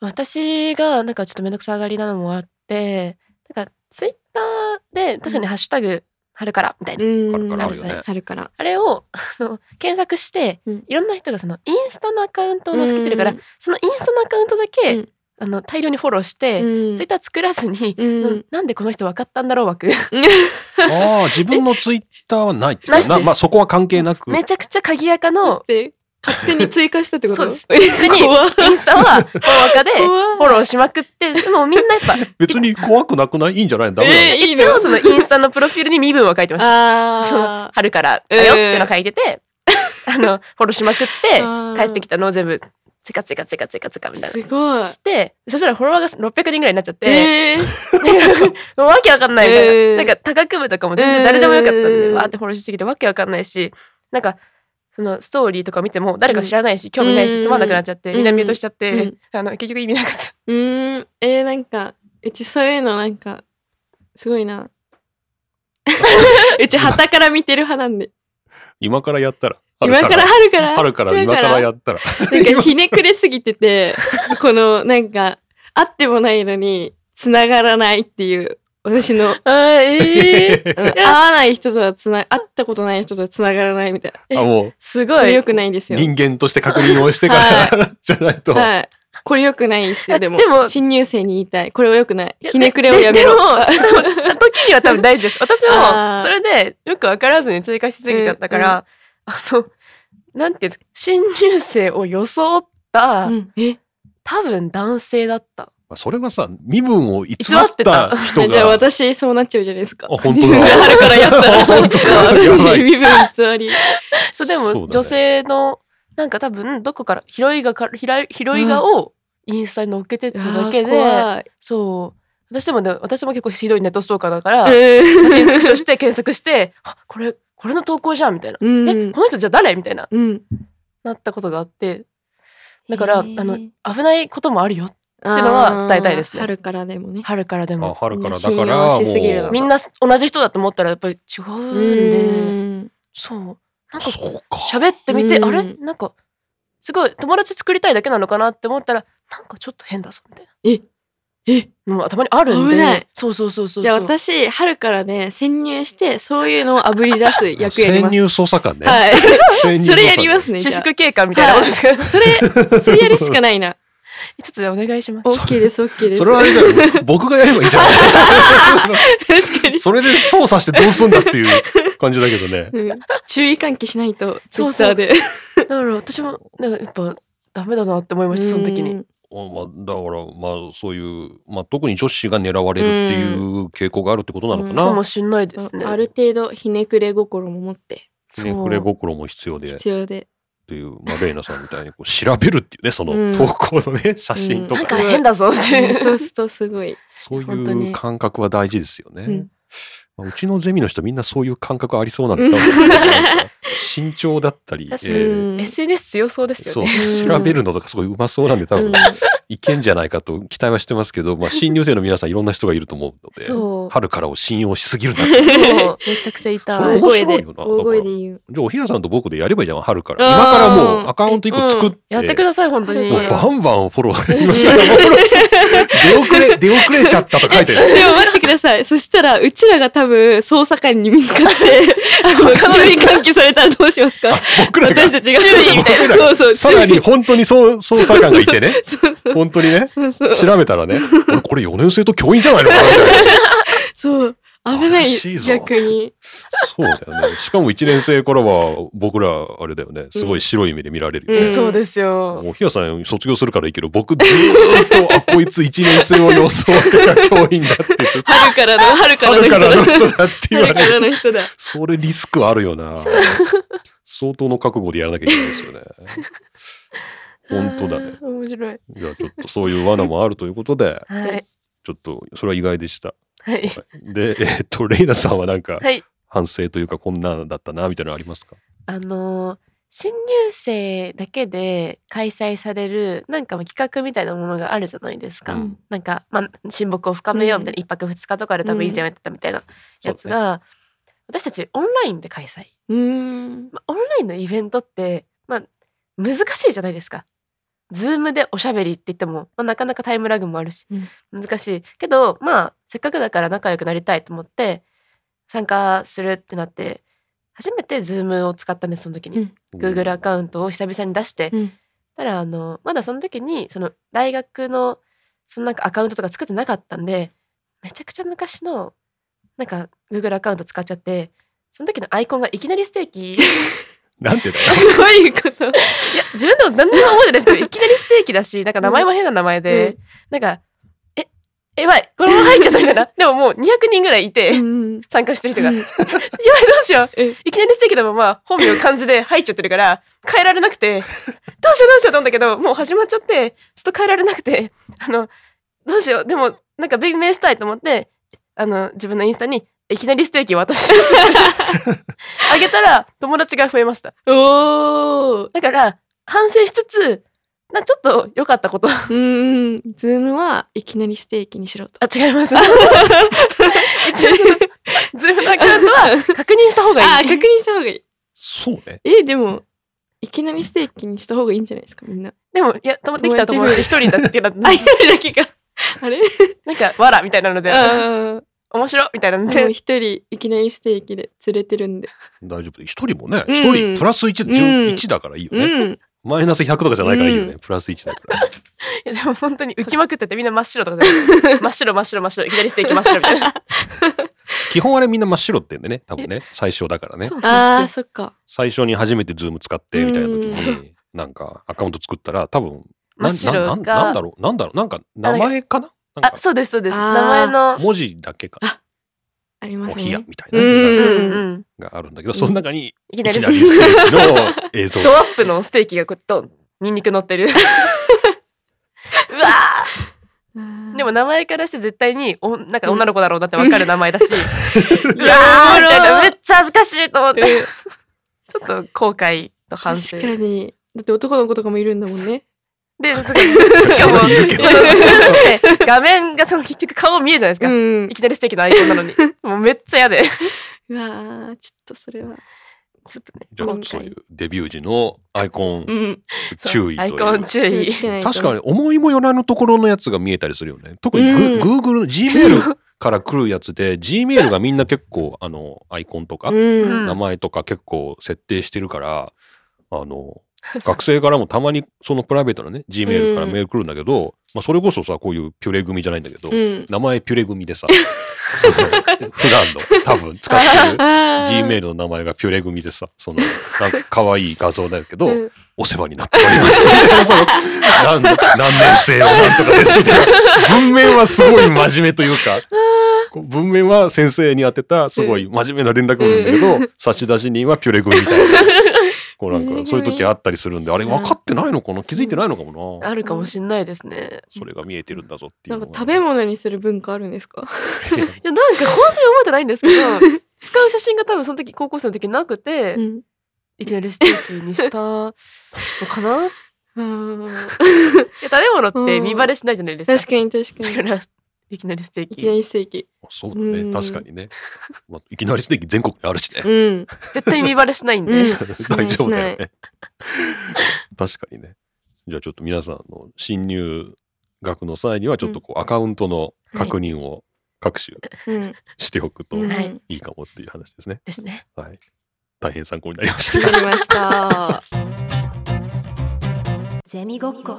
私がなんかちょっとめんどくさがりなのもあってなんかツイッターで確かにハッシュタグ春からみたいな。
う
春
ん
からあるよね
猿から
あれをあの検索して、
うん
いろんな人がそのインスタのアカウントを載せてるから、
うん
そのインスタのアカウントだけ、
うん
あの大量にフォローして、
うん
ツイッター作らずに、
うん
うんなんでこの人分かったんだろう枠
ああ、自分のツイッターはないっていう
なしです
なまあそこは関係なく。
めちゃくちゃ鍵垢の
で勝手に追加したってこと
そうです勝手に
怖っ
インスタはフォロー垢でフ
怖っ
ォローしまくってでもみんなやっ ぱ
別に怖くなくないいいんじゃないのダメなの、
えーいいの
一応そのインスタのプロフィールに身分は書いてましたその
あ
春からだよっていうの書いてて、 あのフォローしまくって
あー
帰ってきたのを全部ツカツカツカツカツカみ
ー
たい
すごい
なしてそしたらフォロワーが600人ぐらいになっちゃって、
えー
もうわけわかんないみたいな、
えー
なんか多学部とかも全然誰でもよかったんで、
えー
わーってフォローしすぎてわけわかんないしなんかそのストーリーとか見ても誰か知らないし、興味ないし
うん
つまんなくなっちゃって、みんなミュートしちゃって、
うん
あの結局意味なかった。
うーんえー、なんかうちそういうのなんかすご いなうち旗から見てる派なんで
今からやったら。
今から春から
春から今からやったら。
なんかひねくれすぎて てこのなんかあってもないのに繋がらないっていう私の
あーえー
うん会わない人とはつな会ったことない人とは繋がらないみたい な
あもう
す
こ
ご
れ
い
良くないんですよ
人間として確認をしてから、 じゃないと。
はいこれ良くないですよでも
でも
新入生に言いたいこれは良くない
いや
ひねくれをやめろ
ででも、でも 時には多分大事です。私も、
あー
それでよく分からずに追加しすぎちゃったから、あの、なんていうんですか、新入生を装った、
うんえ
多分男性だった。
まあそれはさ、身分を偽
偽っ
ってた
た
人
じゃあ
が。
私そうなっちゃうじゃないですか
あ本当だ
春からやったら
本当だ
私
やばい
身分偽り
そう、で
そ
も、
うだね
女性の、なんか多分、どこから、ヒロイガから、ひらヒロイガをインスタに載っけてただけ
い
で、
やー怖い
そう。私もね、私も結構ひどいネットストーカーだから、
うん
写真スクショして検索して、あこれ、これの投稿じゃんみたいな。
うん
え、この人じゃあ誰みたいな。
うん
なったことがあってだからあ
へー
の危ないこともあるよ
って
のは伝えたいですね
春からでもね。
春からで
あ
も
春からだ
信
か
用
ら、も
しすぎるの
う。
みんな同じ人だと思ったらやっぱり違うんで
ん
そうなんか
そうか。
喋ってみて
うん
あれなんかすごい友達作りたいだけなのかなって思ったらなんかちょっと変だぞみたい
で。え、
なのたまにあるん
危ない
でそうそうそうそうそう
じゃあ私、春からね、潜入して、そういうのを炙り出す役やりま
潜
す。
入捜査官ね。
は
潜
い。
入
それや
捜査
り
官
ますね。
私
じゃあ
服警官みたいなことですけどちょ
それ、それやるしかない な。
っとじゃあお願いします
OK です、OK です。
それはあれだよ。僕がやればいいんじゃ な
確か
い
に。
それで操作してどうすんだっていう感じだけどね。
うん注意喚起しないと、ツ
そ
イ
う
ッ
そ
タ
う
ーで。
だから私もなんかやっぱダメだなって思いましたその時に。
おまあ、だから、まあ、そういう、まあ、特に女子が狙われるっていう傾向があるってことなのか
う
な。
かもしんないですね
ある程度、ひねくれ心も持って、
ひねくれ心も必要でっ
必要 で。
ていう、まあ、レイナさんみたいにこう調べるっていうね、その
うん
投稿のね、写真と
う
か、
なんか変だぞっていう
落とすとすごい。
そう
本当
いう
に
感覚は大事ですよね。う
うん
まあ、うちのゼミの人みんなそういう感覚ありそうなんで、多分なんか慎重だったり、
確
え
かに
ー
SNS 強そうですよ
そう
ね。
調べるのとかすごいうまそうなんで多
うん
分いけんじゃないかと期待はしてますけど、まあ、新入生の皆さんいろんな人がいると思うので
そう。
春からを信用しすぎるなって
そうめちゃくちゃ痛い。
それ面白いよな
大声で言う。
じゃあおひなさんと僕でやればいいじゃん春から
あー
今からもうアカウント一個作って、
やってください本当に。
もうバンバンフォロ ー
嬉しい
今からフォローする出遅れ出遅れちゃったと書いてる
でも待ってください。そしたら、うちらが多分、捜査官に見つ かって、あの、注意喚起されたらどうしますか
僕らが
私たちが。
注意みた
いな
そ うそ
さ
う、
ら
注
に
意。
本当にそう捜査官がいて ね
そうそう。
本当にね
そうそう。
調べた らね俺これ4年生と教員じゃないのかなみたいな
そう。危ない、
怪しいぞ
逆に。
そうだよね。しかも1年生からは僕らあれだよね。すごい白い目で見られるよ
え
ね。
そうですよ。
もうひやさん卒業するからいいけど僕ずーっとあこいつ1年生を装ってた教員だってずっと
春からの、春 からの
春
人
からの
だ。
人だって言わ
春か
れる
らの人だ。
それリスクあるよな相当の覚悟でやらなきゃいけない ですよね本当だね
あー面白い。
いやちょっとそういう罠もあるということで
はい
ちょっとそれは意外でした
はい
でえっとレイナさんはなんか
はい。
反省というかこんなんだったなみたいなのありますか
あのー新入生だけで開催されるなんかも企画みたいなものがあるじゃないですか。
うん
なんかまあ親睦を深めようみたいな一泊二日とかで多分以前やってたみたいなやつが、私たちオンラインで開催。
うーん。
まあ、オンラインのイベントって、まあ、難しいじゃないですか。ズームでおしゃべりって言っても、まあ、なかなかタイムラグもあるし、難しいけどまあせっかくだから仲良くなりたいと思って参加するってなって初めて Zoom を使ったんですその時に、
うん
Google アカウントを久々に出して、
うん
ただあのまだその時にその大学のそのなんかアカウントとか作ってなかったんでめちゃくちゃ昔のなんか Google アカウント使っちゃってその時のアイコンがいきなりステー キい
なんでだよ。
すごいこと。
や自分でも何にも覚えてないですけ どいきなりステーキだしなんか名前も変な名前で、
うん
なんかえやばいこれも入っちゃったみた いなでももう200人ぐらいいて、
うん
参加してる人が
う ん
やばいどうしよう
うん
いきなりステーキのまま本名漢字で入っちゃってるから変えられなくてどうしようどうしようと思うんだけどもう始まっちゃってちょっと変えられなくてあのどうしようでもなんか弁明したいと思ってあの自分のインスタにいきなりステーキを渡し あげたら友達が増えました
おー
だから反省しつつなちょっと良かったことあ
うん。ズームはいきなりステーキにしろと。
違います 一応ズームのアカウントは確認した方がいい
あ、確認した方がいい。
そうね。
え、でも、いきなりステーキにした方がいいんじゃないですか、みんな。
でも、いや、ともできた友達一人だけだった。
あ、一人だけが。 あれ
なんか、わらみたいなので、
あ
面白い みたいなの
ーもう
で、
一人いきなりステーキで釣れてるんで。
大丈夫。一人もね、
うん
一人プラス1、
う
10
ん
1だからいいよ
う
ね。
ん。
マイナス100とかじゃないからいいよね。
う
プラス1だから。
いやでも本当に浮きまくってて、みんな真っ白とかじゃない真っ白真っ白真っ白、いきなりステーキ真っ白みたいな。
基本あれみんな真っ白って言うんでね。多分ね。最初だからね。
う
ああ、そっか。
最初に初めてズーム使ってみたいな時
う
に、なんかアカウント作ったら、多分、な
真っ白
な
が。
んなんだろうなんだろうなんか名前かななん
あ、
か
そうです、そうです。
あー
名前の、
文字だけかな。
ありま
お
す
ひや
ね。
みたいうなん
ん
うん。
があるんだけど、その中に
いき
い
な
き
り
なりステーキの映像。
ドアップのステーキがこう、ドン、ニンニク乗ってる。うわーでも名前からして絶対におなんか女の子だろうなってわかる名前だし、うわーみたいなめっちゃ恥ずかしいと思ってちょっと後悔と反省
確かに。だって男の子とかもいるんだもんね。
で、すごいしかも、
それいるけど
そうそうそう画面がその結局顔見えるじゃないです
う
か。
ん
い。きなりステーキのアイコンなのに。もうめっちゃ嫌で。
うわあ、ちょっとそれは。
ちょっとね。
じゃあ
今回
そういうデビュー時のアイコン
ん。
そう
注意と
ア
い
イ
う
コン注意。
確か
に。
に思いもよらぬところのやつが見えたりするよね特に
うん
Goo- Google の Gmail から来るやつで Gmail がみんな結構あのアイコンとか
うん。
ん
名前とか結構設定してるからあ の学生からもたまにそのプライベートなね Gmail からメール来るんだけど、まあ、それこそさこういうピュレ組じゃないんだけど、
うん。
名前ピュレ組 でさその普段の多分使ってる Gmail の名前がピュレ組でさそのなんか可愛い画像だけど、
うん
お世話になっております。そ の何何年生をなんとかですみたいな。文面はすごい真面目という か、こう文面は先生に当てたすごい真面目な連絡文だけど、差出人はピュレ君みたい な。こうなん
ピュ
か
レ君
そういう時あったりするんで、あれ分かってないのかな気づいてないのかもな。
あるかもしんないですね。
それが見えてるんだぞってい
な
うんの
か
が。
食べ物にする文化あるんですか
いや、なんか本当に覚えてないんですけど、使う写真が多分その時、高校生の時なくて、
ん。
いきなりステーキにしたのかない
あ
や食べ物って見バレしないじゃないですか。
確かに確か
だ
に
か。ら、いきなりステー
いきな
キ。
りステーキ。
そうだね。
うん
確かにね。まあ、いきなりステーキ全国にあるしね。
うん。
絶対見バレしないん
う
で
ん。
大丈夫だよ
しな
ね。確かにね。じゃあちょっと皆さんの新入学の際にはちょっとこうアカウントの確認を各種
うん。
しておくと
うん
い
はい
いかもっていう話ですね。
ですね。
はい。大変参考になりまし
わ
た。
かりました。
ゼミごっこ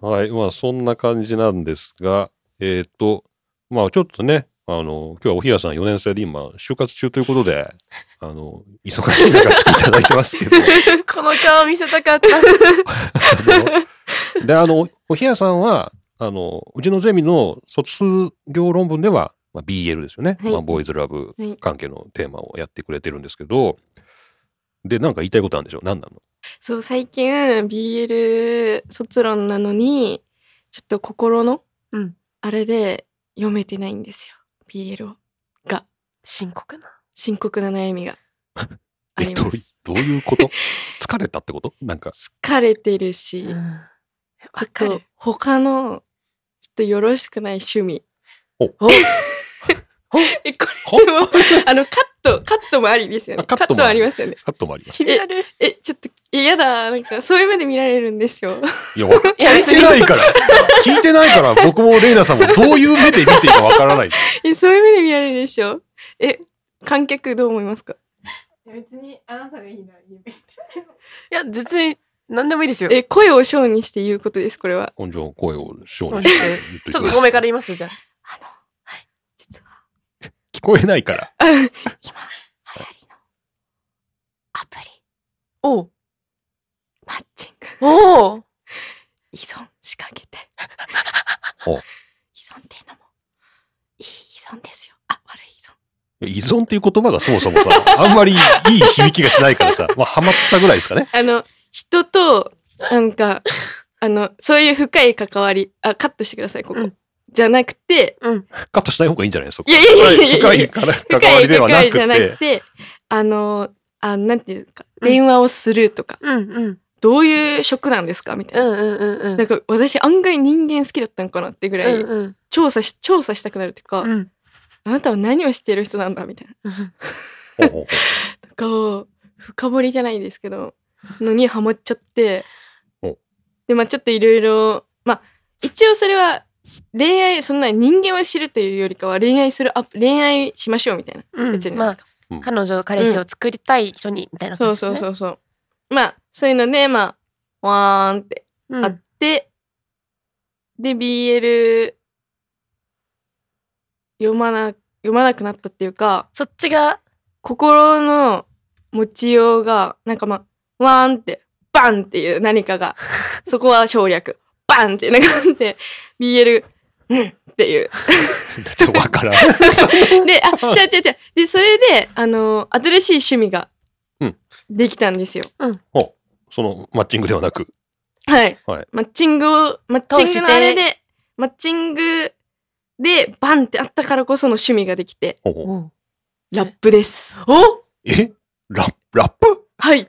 はい。まあそんな感じなんですが、えっ、と、まあちょっとね、あの、今日はおひやさん4年生で今、就活中ということで、あの、忙しい中来ていただいてますけど、
この顔見せた かった。
あの で、あの、おひやさんは、あの、うちのゼミの卒業論文では、まあ、BL ですよね。
はい
まあ、ボーイズラブ
はい
関係のテーマをやってくれてるんですけど、で、なんか言いたいことあるんでしょ何なの
そう、最近 BL 卒論なのに、ちょっと心の
うん、
あれで読めてないんですよ。BL を。が、
深刻な。
深刻な 悩みがあ
え
り
どう
ま
い
す。
どういうこと 疲れたってことなんか、
疲れてるし、
わ
ちょっ
か
と
る。
他のちょっとよろしくない趣味。
お
お えこれもあのカットカットもありですよね。
あカ
カ
ッ
ッ
ト
ト
も
も
あ
あ
り
りますよね。
カットもあります。
気になる。
えちょっとえやだなんかそういう目で見られるんですよ。
いや、わ聞い
や別に
てないから、聞い てないから、僕もレイナさんもどういう目で見ていいかわからない。
えそういう目で見られるでしょ。え観客どう思いますか
別にあなたがいいなら言えばいい
いや、別に何でもいいですよ。
え声をショーにして言うことですこれは
本上声を小
もう
にして言っ
ちょっ
と
と
い
ち
て
ょ
くだ
っと
さ
遠
い
目から言いますよ、じゃあ。
実は
聞こえないから
あ流行りのアプリ
おう
マッチング
おう
依存仕掛けて
お
依存っていうのもいい依存ですよあ悪い依
依
存
存っていう言葉がそもそも さあんまりいい響きがしないからさまあハマったぐらいですかね
あの人となんか あのそういう深い関わりあカットしてくださいここ、
うん
じゃなくて
カットしない方がいいんじゃないですか
いやいやいやいやいや
深いから関わりではなく
深い関わりじゃ
て
なくてあのあなんていうんですか
うん
電話をするとか、
うんうん。
どういう職なんですかみた
う
いな、
んうんうんうん。
なんか私案外人間好きだったのかなってぐらい、
うんうん
調査し調査したくなるっていうか、
うん
あなたは何をしている人なんだみたいな
ほうほうほ
とかを深掘りじゃないですけどのにハマっちゃって
お
でまあちょっといろいろまあ一応それは恋愛そんな人間を知るというよりかは恋愛するアプ恋愛しましょうみたいな
うん
やつじゃない
ま
です
あ
か、
彼女彼氏を作りたい人にみたいな
そ
感
う
じです
そ
ね。
うそうそうまあそういうのでまあわーんって
う
あって、で BL 読まな読まなくなったっていうか
そっちが
心の持ちようがなんかまあワーンってバンっていう何 かがそこは省略バンってなんかあって BL うんっていう
うちょっとわからん
であ違う違う違うでそれであの新しい趣味が
うん
できたんですよ、
そのマッチングではなく
はい、
はい
マッチングをマッチ
通
ン
し
グ
て
のあれでマッチングでバンってあったからこその趣味ができて
ほうほう
お
ラップです
お
えララップ
はい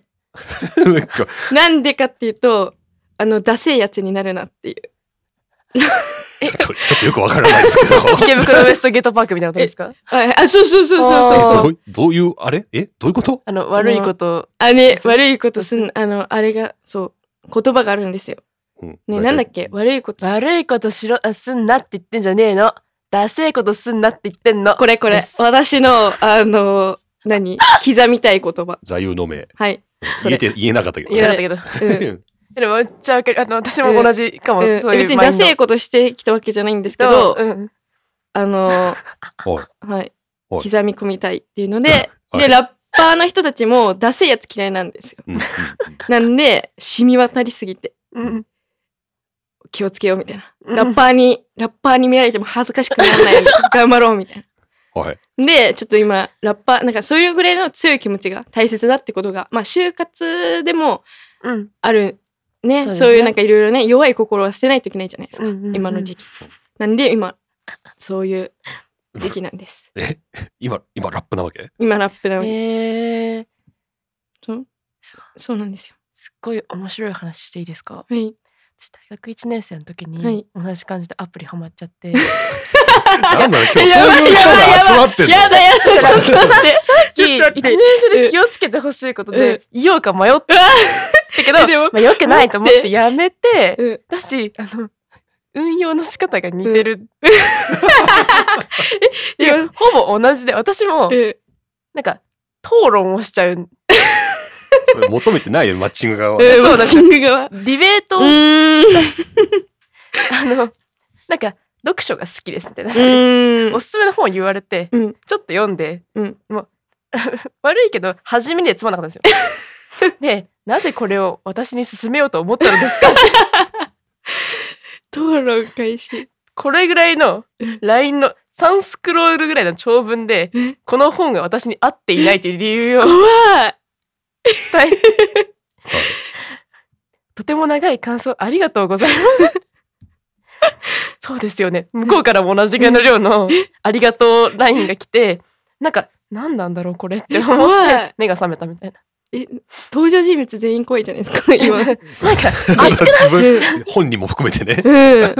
なんか
なんでかっていうとあのダセえやつになるなっていう
ちょっとちょっとよくわからないですけど
池袋ウエストゲートパークみたいなことです か
はいあそうそうそうそう
ど
そうそう
うどういうあれえどういうこと
あの悪いこと
あね
そう
悪いことすんあのあれがそう言葉があるんですよ
うん
ねなんだっけ悪いことい
悪いことしろあすんなって言ってんじゃねえのダセえことすんなって言ってんの
これこ
で
れ
す
私のあの何刻みたい言葉
座右の銘
はいそ
言え
れ
て言えなかったけど
言えなかったけ ど
うん
でもめっちゃわかるあの私も同じかも、
うん
そういう
別に
マイ
ダ
ンド
セえことしてきたわけじゃないんですけ
ど
ど、
うん
あの
おい
はい
おい
刻み込みたいっていうので、
はい
でラッパーの人たちもダセえやつ嫌いな んですよ
うんうん
なんで染み渡りすぎて
うん
気をつけようみたいな、
うん
ラッパーにラッパーに見られても恥ずかしくならない ように頑張ろうみたい
はい
なでちょっと今ラッパーなんかそういうぐらいの強い気持ちが大切だってことがまあ就活でも
うん
あるね
そう
そう
ですね
いうなんかいろいろね弱い心は捨てないといけないじゃないですか、
うん
今の時期なんで今そういう時期なんです
今今ラップなわけ
今ラップなのに、
へえー、
そうなんですよ
すっごい面白い話していいですか
はい
私大学1年生の時に、
はい
同じ感じでアプリハマっちゃって
なんだろう今日そ
や
う
ばい
いう人が集まってんの
やだやだちょっと待って
一1年生 で気をつけてほしいことで、言おうか迷った
だけ
ど
でも
まあ、よくないと思っ
待って
やめて
うん
私あの運用の仕方が似て る、い
い
や
や
ほぼ同じで私も
うん
なんか討論をしちゃう
それ求めてないよマッチング側は
う
ね
ん
そうなんで
マッ
す
チング側
ディベートを
う
し
ーん
あのなんか読書が好きですみたいな、
う
おすすめの本を言われて、
うん
ちょっと読んで、
うん
もう悪いけど初めにはつまんなかったんですよ。でなぜこれを私に勧めようと思ったのですかって
討論開始
これぐらいの LINE の3スクロールぐらいの長文でこの本が私に合っていないという理由を
怖い
伝え とても長い感想ありがとうござい ます。そうですよね向こうからも同じぐらいの量のありがとう LINE が来てなんか何なんだろうこれって思っ
怖
て
い
目が覚めたみたいな。
え登場人物全員怖いじゃないですか今
なんか熱く
自分本人も含めて ね
う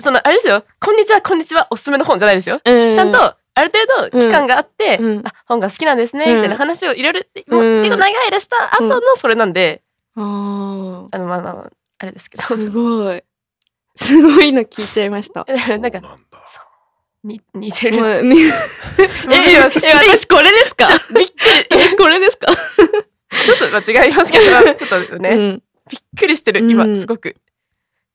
そのあれですよ「こんにちはこんにちはおすすめの本」じゃないですよ。
ん
ちゃんとある程度期間があって、
うん
あ本が好きなんですね
うん
みたいな話をいろいろもう
うん
結構長い間した後のそれなんで、
あ
あのまあまあまああれですけ
ーす
ど
ごいすごいの聞いちゃいました
だからなん
そ
か
うなんだ
に似てる。
まあねえ、今え、私これですか
びっく
私 これですか
り、ちょっと間違いますけど、 ちょっとね、
う
びっ
ん。
くりしてる、
うん
今、すごく。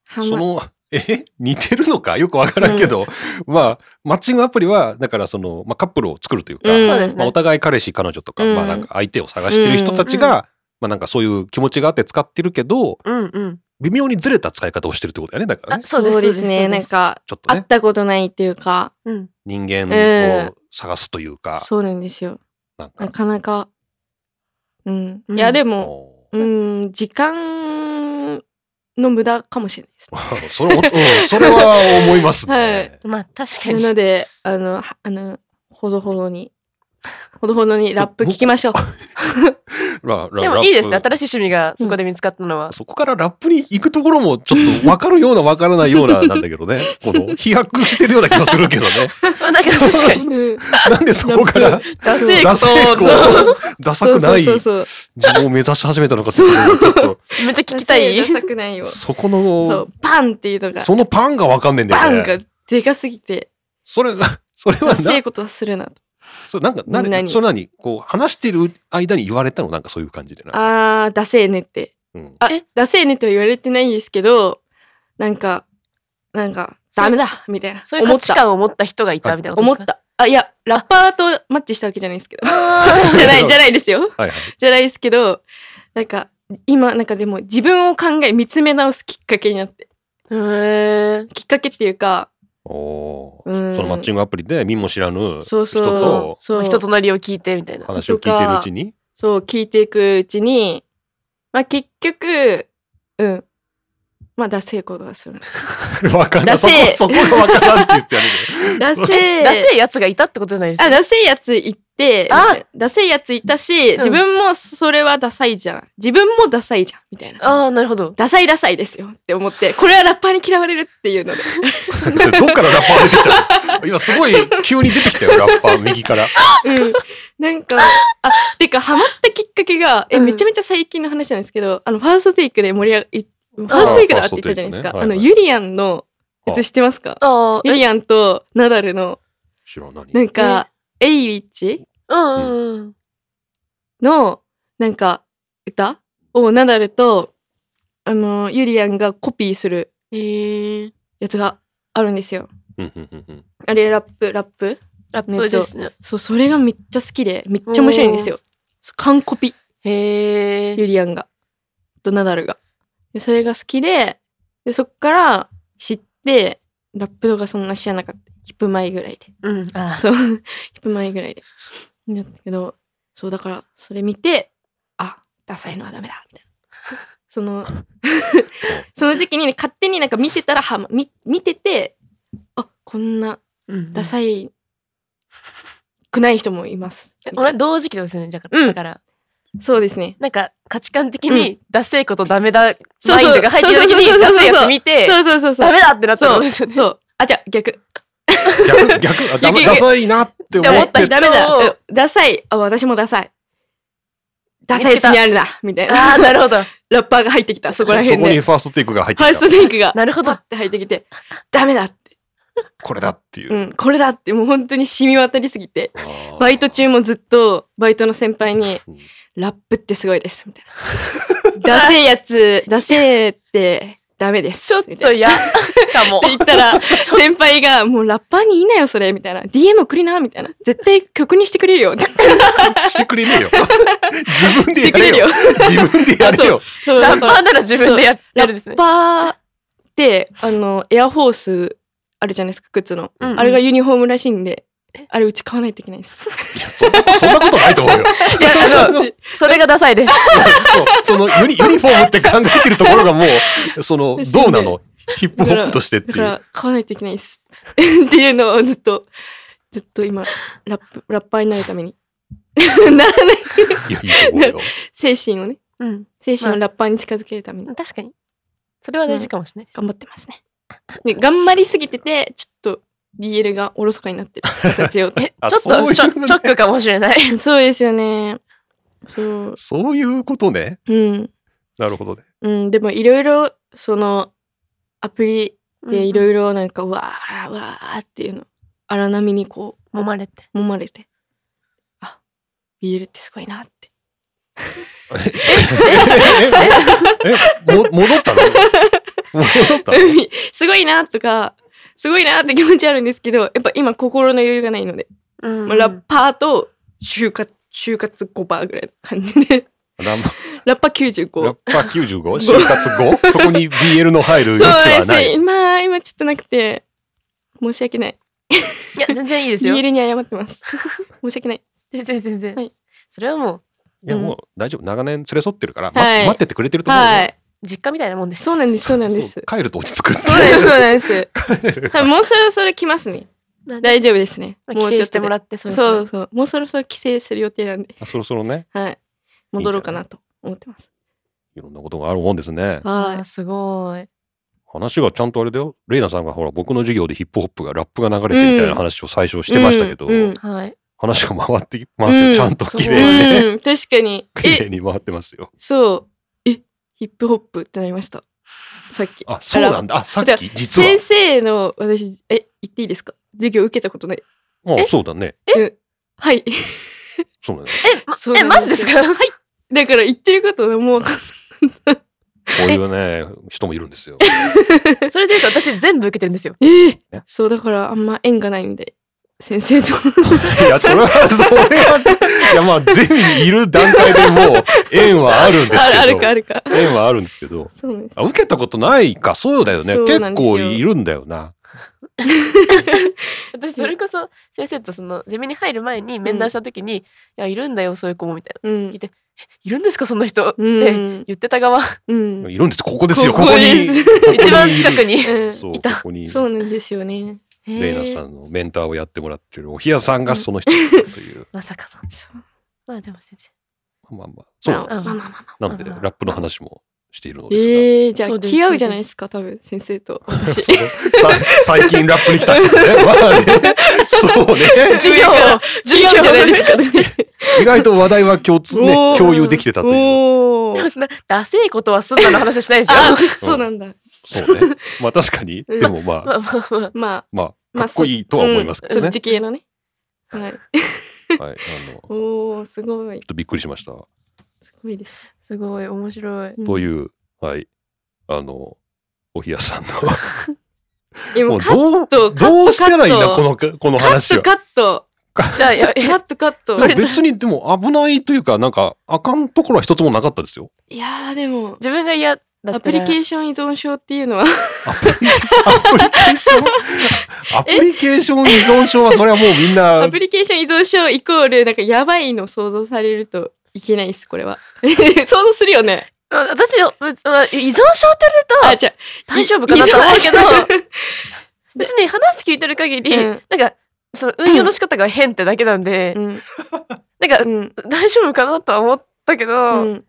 は
そ
ま
のえ似てるのかよくわからんけど、まあマッチングアプリはだからその、まあ、カップルを作るというか、
うん
そうです
まあ、
ね
お。互い彼氏彼女とか、
うん
まあなんか相手を探してる人たちが、
うん
まあなんかそういう気持ちがあって使ってるけど
うんうん。
微妙にずれた使い方をしてるってことだよねだからね
あそうです
そうで
そう
す
です
ね。なんか、
ちょっと
会っ
ね
たことないっていうか、
うん。
人間
う
を探すというか、
そうなんですよ。
なんか
なかなか。うん。
うん
いや、でも、
も
うん、時間の無駄かもしれないです
う
ね。
それ,、うん、それは思いますね。
はい
まあ、確か
な
に。
ので、あの、はあの、ほどほ どに、ほどほどにラップ聞きましょう。
ララ
でもいいですね。
ラップ
新しい趣味がそこで見つかったのは。
そこからラップに行くところもちょっと分かるような分からないようななんだけ どねこの飛躍してるような気がするけどね
まあなんか確かに。
うん
なんでそこから
ダセえこ
ダセえ
とを
こうダサくない
そう
自
そうそう
分を目指し始めたのかっていうところがちょっ
めっちゃ
そ
聞
う。
きたい
ダ。サくないよ
と。そこ
そ
の
う、パンっていうのが、
そのパンが分かんねえんだ
パン
よ
が
ね
でかすぎて、
それそれは
ダセ
な
えことはするなと。
それなんか
みんな
何
に
それ何こう話してる間に言われたのなんかそういう感じでな、
あー、ダセえねって。
うん
あ、ダセえねとは言われてないですけど、なんか、なんか、
そういう
ダメだみたいな。
そういう価値観を持った人がいたみたいなこと
思
で
っ
すか。
た。あ、いや、ラッパーとマッチしたわけじゃないですけど。
ー
じゃない、じゃないですよ。
はいはい
じゃないですけど、なんか、今、なんかでも自分を考え、見つめ直すきっかけになって。
へえ。
きっかけっていうか、
おー
うん
そのマッチングアプリで見も知らぬ
そう
人
そう
と
そう、
人となりを聞いてみたいな。
話を聞いてるうちに
そう、聞いていくうちに、まあ結局、うん。まあ、ダセえことはするな。
分からん
ダ
そ
セ
こ
え
そこが分からんって言ってやるけど
ダセえ。
ダセえやつがいたってことじゃないですか
あ、。ダセえやつ言って、
あ
ダセえやついたし、
ん
自分もそれはダサいじゃん。自分もダサいじゃん、みたいな。
ああ、なるほど。
ダサいダサいですよって思って、これはラッパーに嫌われるっていうので。
どっからラッパー出てきたの今すごい急に出てきたよ、ラッパー右から。
うん。なんか、あ、てか、ハマったきっかけが、え、
うん
めちゃめちゃ最近の話なんですけど、あの、ファーストテイクで盛り上がり、ファーストテイクだって言ったじゃないですか。
あ
あ
ファーストテイクねは
の、
いはい
ユリアンのやつ知ってますか
ああ、
ユリアンとナダルの、
知らん何
なんか、エイウィッチ
うんうんうん。
の、なんか、歌をナダルと、あの、ユリアンがコピーする
ええ。
やつがあるんですよ。
うんうんうんうん
あれ、ラップ、ラップ
ラップですね。
そう、それがめっちゃ好きで、めっちゃ面白いんですよ。そう完コピ。
へえ。
ユリアンがとナダルがでそれが好きででそっから知ってラップとかそんな知らなかったヒップ前ぐらいで
うん。あ
そうヒップ前ぐらいでだったけどそうだからそれ見てあダサいのはダメだみたいな そのその時期に、ね、勝手になんか見てたらは見見ててあこんな
うん
ダサいくない人もいます、
え俺同時期ですね。だから、
うん
だから
そうですね
なんか価値観的にダセいことダメだ、マインドが入っ
そう
て
そう
る時に
そうそう
ダ
そう
セいやつ見て、
そうそうそうそう
ダメだってなった
そ
ん
う
ですよね。
そうあじゃあ逆
逆、逆、あダメ、
いやいや
ダサいなって思っ
ダメ
て
だ
ダメだ。
え
うんダサい。あ、私もダサい。ダサいやつにあるな。みたいな。
ああ、なるほど。
ラッパーが入ってきた。そ
そ
こら
そ
辺
こに
で。
ファーストテイクが入っ
フ
て
ァー
き
スト
た。
テイクが、
なるほど
パッて入ってきて、ダメだって。
これだっていうう。
ん、これだって。もう本当に染み渡りすぎて。
あー
バイト中もずっと、バイトの先輩に
うん、
ラップってすごいです。みた いな。ダセえやつ、ダセえって、ダメです。
ちょっ
みたいな
と嫌かも
っ。て言っ たら、先輩が、もうラッパーにいいなよ、それ、みたいな。DM 送りな、みたいな。絶対曲にしてくれるよ、って
してくれ ねえよ。自分で
してく
やれ
れるよ
よ。。自分でやれよ。
そ う
ラ
そ
ッ
う
パ
そう
ーなら自分でややるんですね。
ラッパーって、あの、エアフォースあるじゃないですか、靴の。
うんうん
あれがユニフォームらしいんで、あれうち買わないといけな いです。
いや、そんなそんなことないと思うよ。
いや、あの、
うち
それがダサいです。
そう、そのユニユニフォームって考えてるところがもう、その、どうなのヒップホップとしてっ
だ
て
か
いう。
ら買わないといけないです。っていうのをずっと、ずっと今、ラップ、ラッパーになるた めに。ならない
いや、いいと思うよ。
精神をね、
うん。
精神をラッパーに近づけるために
確かに。それは大事かもしれないです。
頑張ってますね。で頑張りすぎてて、ちょっと BL がおろそかになってる人た ちをね
あ
ちょっ
そういう
とショ
ね
ショックかもしれ ない。
そうですよね。そう。
そういうことね。
うん。
なるほどね。
うん、でもいろいろそのアプリでい
い
ろいろなんか、わーわーっていうの荒波にこう
揉まれて。
揉まれてあ BL ってすごいなって
えええも戻ったの戻ったの
すごいなとかすごいなって気持ちあるんですけどやっぱ今心の余裕がないので、
うん
まあラッパーと就活就活5%ぐらいの感じで
ラ ッパ
ラッパー95
ラッパ 95? 就活 5? そこに BL の入る余地は
そう
な
です
い。
今今ちょっとなくて申し訳ない
いや、全然いいですよ。
BL に謝ってます 申し訳ない
全然全然。
はい
それはもう、
いや、もう大丈夫。長年連れ添ってるから、ま
はい
待っててくれてると思うよ。
はい
実家みたいなもんです。
そうなんですそうなんです
そ
そう
帰ると落ち着くっていう
うなんですそうなんです
帰る
多分もうそろそろ来ますね
なんで
大丈夫ですね
まあ
もう
帰
ち
省
ょっ
して
と
も
で
らって、そ
そうう
そ
そうう。もうそろそろ帰省する予定なんで
あそろそろね、
はい戻ろうかなと思ってます
いろんなことがあるもんですね。
あ
は
ー
い
すごい。
話がちゃんとあれだよ。レイナさんがほら、僕の授業でヒップホップが、ラップが流れてみたいな話を最初してましたけど、
うんうん
はい。
話が回ってますよ。
うん
ちゃんと綺麗にね。
うん確かに
綺麗
え
に回ってますよ。
そうえヒップホップってなりましたさっき
あ、そうなんだ。あ、さっき、実は
先。生の私え言っていいですか授業受けたことない
あ、そうだね。
うんはい
そうだね。
そう
え、
なん
マジですかはい。
だから言ってることがもう分かん
こういうね、人もいるんですよ。
それで言うと私全部受けてるんですよ。
ええ
え
そうだからあんま縁がないみたい先生と
いや、それは、それは、いや、まあ、ゼミにいる段階でもう、縁はあるんです
あ
け
る
ど。
あるかあるか
縁はあるんですけど。
そうなんです
あ、受けたことないか、そうだよね。
そうな
結
んですよ
構いるんだよな。
私それこそ先生とそのゼミに入る前に面談した時に「いやいるんだよそういう子も」みたいな
う
「
ん
いるんですかその人」っ
う
て
ん
言ってた側
うん
いるんです。ここですよ。こ
ここ
こに。
です
ここに
一番近くに。
うん
そう、
い
こ
た
こに。
そうなんですよね
レイ
へー
ナさんのメンターをやってもらってるおひやさんがその人だったという。
まさかの。
そう
まあでも先生。
まあまあ、そうなんです
まあ。まあまあまあ
なので、ラップの話もしているのですが。
ええじゃ
そ
あ
うです
気合うじゃないですか多分先生と私
さ最近ラップに来た人だね。まあね。そうね。
授業授業じゃないですか。
意外と話題は共通ね
お、ー
共有できてたという。
お
で
ー
もそんなダセいことはすんなの話はしないですよ。
あ そうなんだ
そうね。まあ確かに、
うん
でもまあ、
まあまあまあ。
ま
まあ、
あま
か
あ
っこいいとは思いますけど
そ
ね
っ。ち系のねはい
はい。あの、ちょっ
おおすごい
とびっくりしました。
すごいです
すごい面白い。
という、はい。あの、おひやさんの。
今
もう
カ ッ
どう、
トカット
どうしたらいいんだ、
カッ
こ
ト
の、この
カ
話
ット
は。
カット
じゃあや
カットカッ ト
でも別にでも危ないというかなんかあかんところは一つもなかったですよ。
いやーでも
自分が嫌だったら
アプリケーション依存症っていうのは
ア プリアプリケーションアプリケーション依存症はそれはもうみんな
アプリケーション依存症イコールなんかやばいの想像されるといけないですこれは想像するよね
あ私ようまあ依存症って
あじゃ
大丈夫かなと思うけど
依存
別に話聞いてる限り、
うん
なんかその運用の仕方が変ってだけなん で、
うん
なんか、
うん
大丈夫かなとは思ったけど、
うん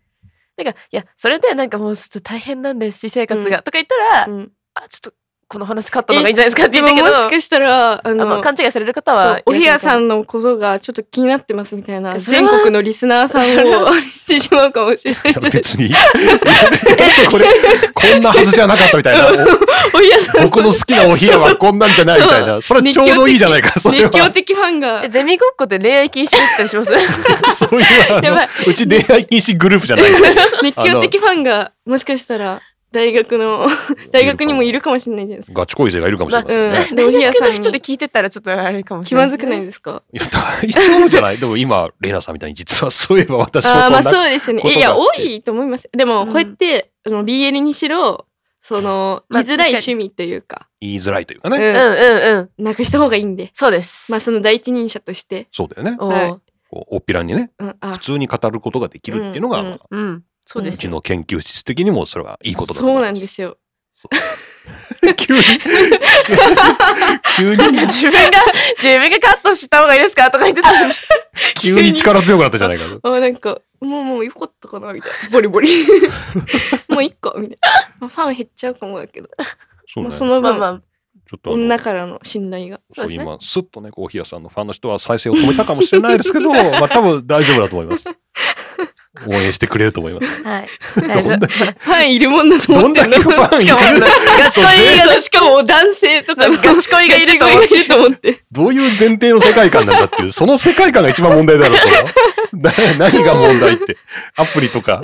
なんかいやそれでなんかもうちょっと大変なんです私生活が、
う
とか言ったら、
うん
あちょっとこの話カットの方がいいんじゃないですかって
で
言っ
も
たけど
もしかしたらあ
あまあ
の
勘違いされる方
そ
は
うお部屋さ
ん
んのことがちょっと気になってますみたいな
それ
全
は
国のリスナーさ
それ
ん
は
をしてしまうかもしれない
いや別に そうこれこんなはずじゃなかったみたいな
お部屋さん
お僕の好きなお部屋はこんなんじゃないみたいなそれはちょうどいいじゃないかそれ
熱狂
は
的ファンが
ゼミごっこで恋愛禁止だったりします
そういうあ
やば
の
い
うち恋愛禁止グループじゃないから
熱狂的ファンがもしかしたら大学の大学にもいるかもしれないじゃないですか。
ガチ恋勢がいるかもしれませんね
まあ。
大学の人で聞いてたらちょっとあれかもし
気
れない
まずくないですか
いや大丈夫じゃないでも今レイナさんみたいに実はそういえば私も
ああー
そん
ま
な
あそうですね。
ことが
いや
あっ
多
て
いと思います。でも
うん
こうやって、あの BL にしろその
まあ
居づらい
確かに
趣味というか、
言いづらいというかね、
うんうんうん
うんなくした方がいいんで、
そうです
まあその第一人者として、
そうだよね
おー
はい
こうおっぴらにね
うん、
普
あ
通に語ることができるっていうのが、
うん
まあ
うん
うんそう
う
です
ち
よ
の研究室的にもそれはいいことだと
そう
思い
な
ま
んですよ。
急 に 急に
自分が 自分がカットした方がいいですかとか言ってたんです
急に力強くなったじゃないか
あなんかもうもうよかったかなみたいなボリボリ もう一個みたいな、まあ、ファン減っちゃうかもだけど、
そうね
まあ、
ち
そ
ょ
の
まあ
分、
まあ
っとあの
女からの信頼が
そうですね
今すっとねコーヒー屋さんのファンの人は再生を止めたかもしれないですけどまあ多分大丈夫だと思います応援してくれると思います。
はい。
どんな
ファンいるもんだと思
ど
っ
ん
て
だ けファンい
しかもあ
る
のガチ恋が、
しかも男性とかガチ恋がいると思
ガチ恋がい
って
ると思
って。
どういう前提の世界観なんだっていう、その世界観が一番問題だろ、それは。 な何が問題って。アプリとか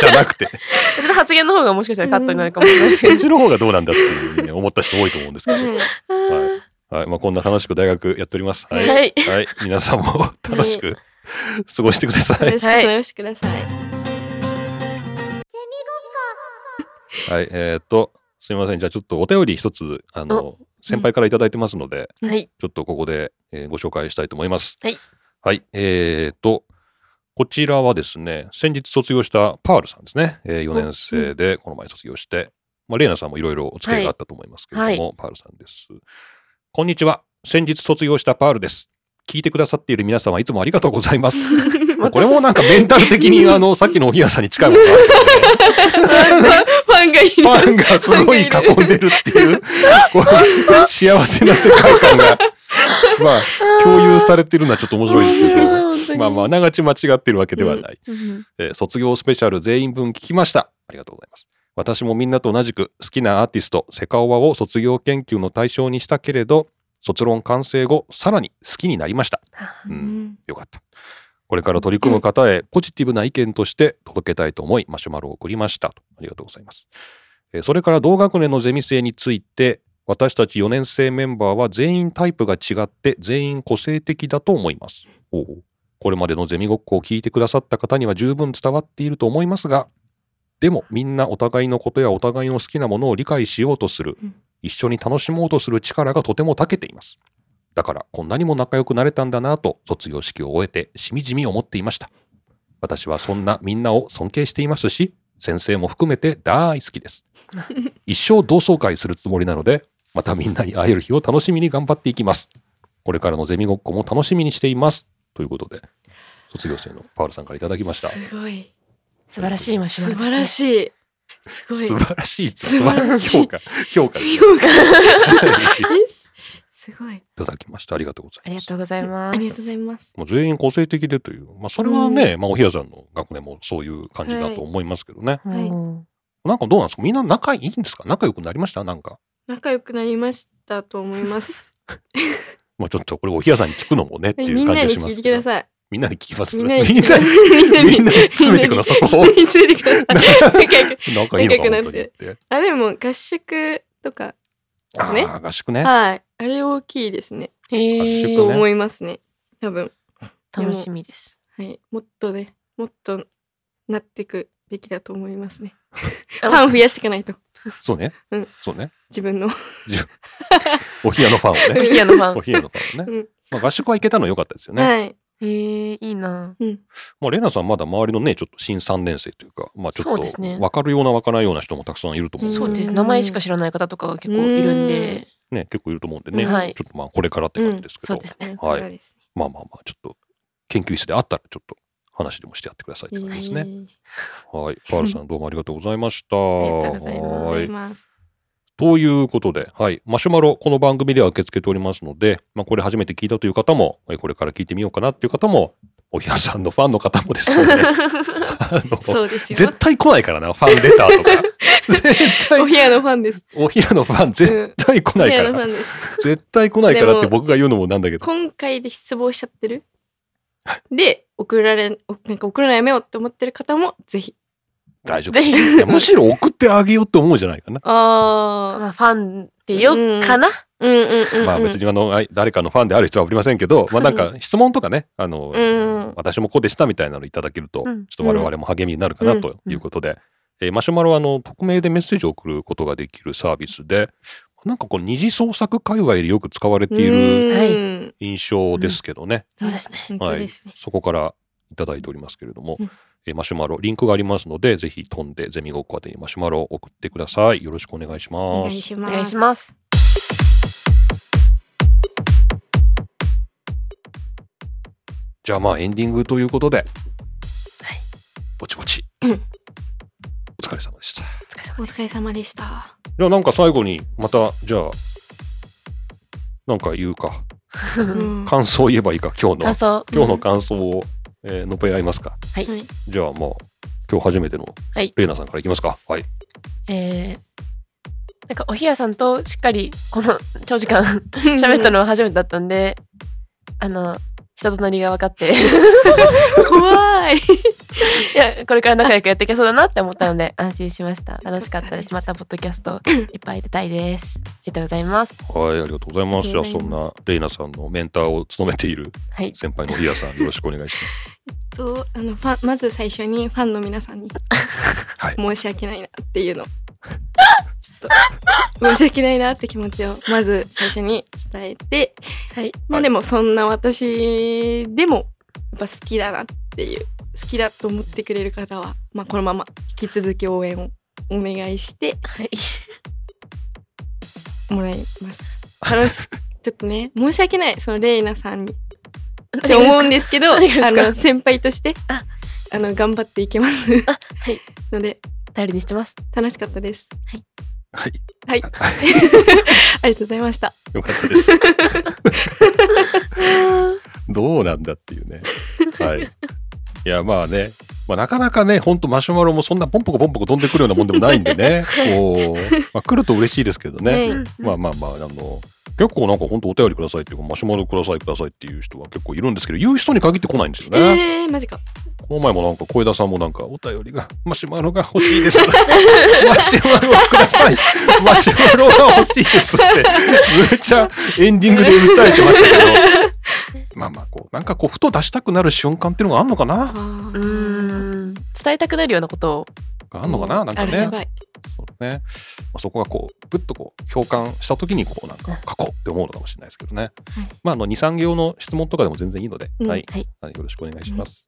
じゃなくて。
うちの発言の方がもしかしたらカットになるかもしれないですけ
そ
ど
っ。ちの方がどうなんだっていうふうにね思った人多いと思うんですけど。はい。はい。まあ、こんな楽しく大学やっております。はい。
はい。
はい。皆さんも楽しく過ごしてくださ
よ
い
ろ。しくお願いしてください。
はい。えーっと、すみません。じゃあちょっとお便り一つ、あの、先輩からいただいてますので、
はい。
ちょっとここで、えーご紹介したいと思います。
はい。
はい。えーっと、こちらはですね、先日卒業したパールさんですね。え4年生でこの前卒業して、まあ、レイナさんもいろいろお付き合いがあったと思いますけれども、
はいは
パールさんです。こんにちは。先日卒業したパールです。聞いてくださっている皆様、いつもありがとうございます。まあこれもなんかメンタル的 に、あの、さっきのおぎやさんに近いものがある
ファンがいる。
ファンがすごい囲んでるっていう、こ の幸せな世界観が、まあ、共有されてるのはちょっと面白いですけど、まあまあ、あながち間違ってるわけではない。えー卒業スペシャル全員分聞きました。ありがとうございます。私もみんなと同じく好きなアーティスト、セカオワを卒業研究の対象にしたけれど、卒論完成後、さらに好きになりました。う
うんん。
よかった。これから取り組む方へポジティブな意見として届けたいと思い、マシュマロを送りました。とありがとうございます。えーそれから同学年のゼミ生について、私たち4年生メンバーは全員タイプが違って全員個性的だと思います。おうこれまでのゼミごっこを聞いてくださった方には十分伝わっていると思いますが、でもみんなお互いのことやお互いの好きなものを理解しようとする
うん、
一緒に楽しもうとする力がとても長けています。だからこんなにも仲良くなれたんだなと卒業式を終えてしみじみ思っていました。私はそんなみんなを尊敬していますし、先生も含めて大好きです。一生同窓会するつもりなので、またみんなに会える日を楽しみに頑張っていきます。これからのゼミごっこも楽しみにしています。ということで、卒業生のパールさんからいただきました。
すごい。
素晴らしいマシュ
素
マロですね。
晴らしい。すごい。
素晴らしいって
素晴らしい
評価、評価 ですね。
すごい。
いただきました。ありがとうござ
あ
いま
りが
す
と。うございます。
ありがとうございます。
もう全員個性的でという、まあ、それはね、まあ、おひやさんの学年もそういう感じだと思いますけどね、
ざいます
うん
なんかどうなんですかみんな仲いいんですか仲良くなりましたなんか、
仲良くなりましたと思います。
まあ、ちょっとこれおひやさんに聞くのもね って
え
い
み
うん感
な
じがし
に
ま
聞い
す
てくだ
けど
さい。
みんなに聞きます
み
み
ん
んな
なに
に
聞いてください。
みんなに詰めてくださいそこを
みんなに詰めてください。仲良く
仲いいのか
仲
本
良くな
当
っ
にってて
あでも合宿とか
あ
ね
あ合宿ね
はいあれ大きいですね。
へ
合
ー
宿
と思いますね。多分
楽しみです。
はいもっとねもっとなっていくべきだと思いま すね。フ
あ
ァン増やしていかないと
そうね、
うん
そうね
自分の。
おひやのファンを
お
ね
ひやのフ ァン
お。ひやのファンをね、
うん
まあ、合宿は行けたのは良かったですよね、
はい。
へーいいな。
うん。
まあ、レナさんまだ周りのねちょっと新3年生というか、まあ、ちょっ
そう
と
ですね
分かるような分からないような人もたくさんいると思うんで
そうです。
うん
名前しか知らない方とかが結構いるんで、
ね、結構いると思うんでね、
うんはい
ちょっとまあこれからって感じですけど、
そうですね。
はい
そうです
まあまあまあちょっと研究室であったらちょっと話でもしてやってくださいって感じです
ね。
ね。はい、パールさんどうもありがとうございました。
ありがとうございます
は
あり
い
ます。
ということで、はい、マシュマロこの番組では受け付けておりますので、まあこれ初めて聞いたという方も、えこれから聞いてみようかなっていう方も、おひやさんのファンの方もですよ ね。あの
そうですよ
絶。対来ないからな、ファンレターと か。絶
お
対
部屋のファンです。
おひやのファン絶対来
お
な
部
いか
屋の
ら、
ファンです。
絶対来ないか
で
ら
も
って僕が言うのもなんだけど。
今回で失望しちゃってる。で送られおなんか送るのやめようって思ってる方もぜひ。
大丈夫
ぜひ、
いやむしろ送ってあげようって思うじゃないかな。
ああ。
まあファンってよっかな。
うんうんうん、うん。
まあ別にあのはい誰かのファンである必要はありませんけど、まあなんか質問とかね、あの、
うん
私もこうでしたみたいなのいただけると、
うん
ちょっと我々も励みになるかなということで、えーマシュマロはあの匿名でメッセージを送ることができるサービスで、なんかこう二次創作界隈でよく使われている
はい
い。
印象ですけどね、
そうですね。
本
は
当
い
ですね。
そこからいただいておりますけれども、
うん
えーマシュマロリンクがありますので、ぜひ飛んでゼミごっこ宛てにマシュマロを送ってください。よろしくお願いし
お
ま
願い
す。
し
お
ます。
願いしま。す。
じゃあまあエンディングということで、ぼちぼち、
うん
お疲れ様でした。
お疲れ様
お
です
疲れ様でした。
じゃあなんか最後にまたじゃあなんか言うか
うん
感想を言えばいいか今日の
感想。
今日の感想を、えー、のぺ合いますか
はい
はい
じゃあまあ今日初めての
はい
レイナさんからいきますかはい
えーなんかおひやさんとしっかりこの長時間 喋ったのは初めてだったんで、あの人となりが分かって い
怖い
やこれから仲良くやっていけそうだなって思った ので安心しました楽しかったですまたポッドキャストいっぱい出たいですありがとうございます
はいありがとうございますじゃあ
あり
そ
がとうんござ
なレイナさんのメンターを務めている
はい
先輩のリアさんよろしくお願いし
とあのファンまず最初にファンの皆さんに
ます はい
申し訳ないなっていうの ちょっと申し訳ないなって気持ちをまず最初に伝えて、
はい
は
まあ
い
でもそんな私でもやっぱ好きだなっていう好きだと思ってくれる方は、まあ、このまま引き続き応援をお願いして
はい
もらいます。楽しちょっとね申し訳ないそのレイナさんにって
ありがとうございま
思うん
す
ですけどあ
ありがとうございます
の先輩として
あ
あの頑張っていけます。
はい
ので
頼りにしてます
楽しかったです。
はい
はい。ありがとうございました。
よかった です。どうなんだっていうね。はい。いや、まあね。まあ、なかなかね、ほんとマシュマロもそんなポンポコポンポコ飛んでくるようなもんでもないんでね。こう、まあ、来ると嬉しいですけどね。
うん
まあまあまあ、あの、結構なんかほんとお便りくださいっていうか、マシュマロくださいくださいっていう人は結構いるんですけど、言う人に限って来ないんですよね。
えー、マジか。
この前もなんか小枝さんもなんかお便りがマシュマロが欲しいです。 マシュマロをください。マシュマロが欲しいですって、むっちゃエンディングで訴えてましたけど。まあまあこう、なんかこう、ふと出したくなる瞬間っていうのがあんのかな
あ
うーん伝えたくなるようなことを
あんのかななんか
あ
ね
や。ばい。
そうねまあ、そこがこう、ぐっとこう、共感した時にこう、なんか書こうって思うのかもしれないですけどね。
はい
まあ、あの、2、3行の質問とかでも全然いいので、
うん
はい。
はい
はい、よろしくお願いします。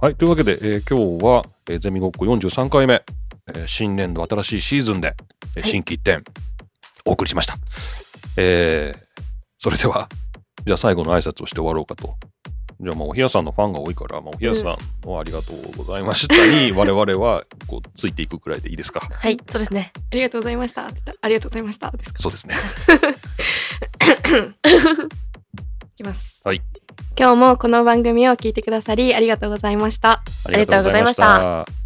はい、というわけで、えー今日は、えーゼミごっこ43回目、えー新年度新しいシーズンで、えー新規一点お送りしました。えーそれでは、じゃあ最後の挨拶をして終わろうかと。じゃあ、まあ、おひやさんのファンが多いから、まあ、おひやさんをありがとうございました に、我々は、こう、ついていくくらいでいいですか。
はいそうですね
ありがとうございましたって言った。ありがとうございました。ですか。
そうですね。
いきます。
はい。
今日もこの番組を聞いてくださりありがとうございました。
あ
りがとうございました
りがとうございました。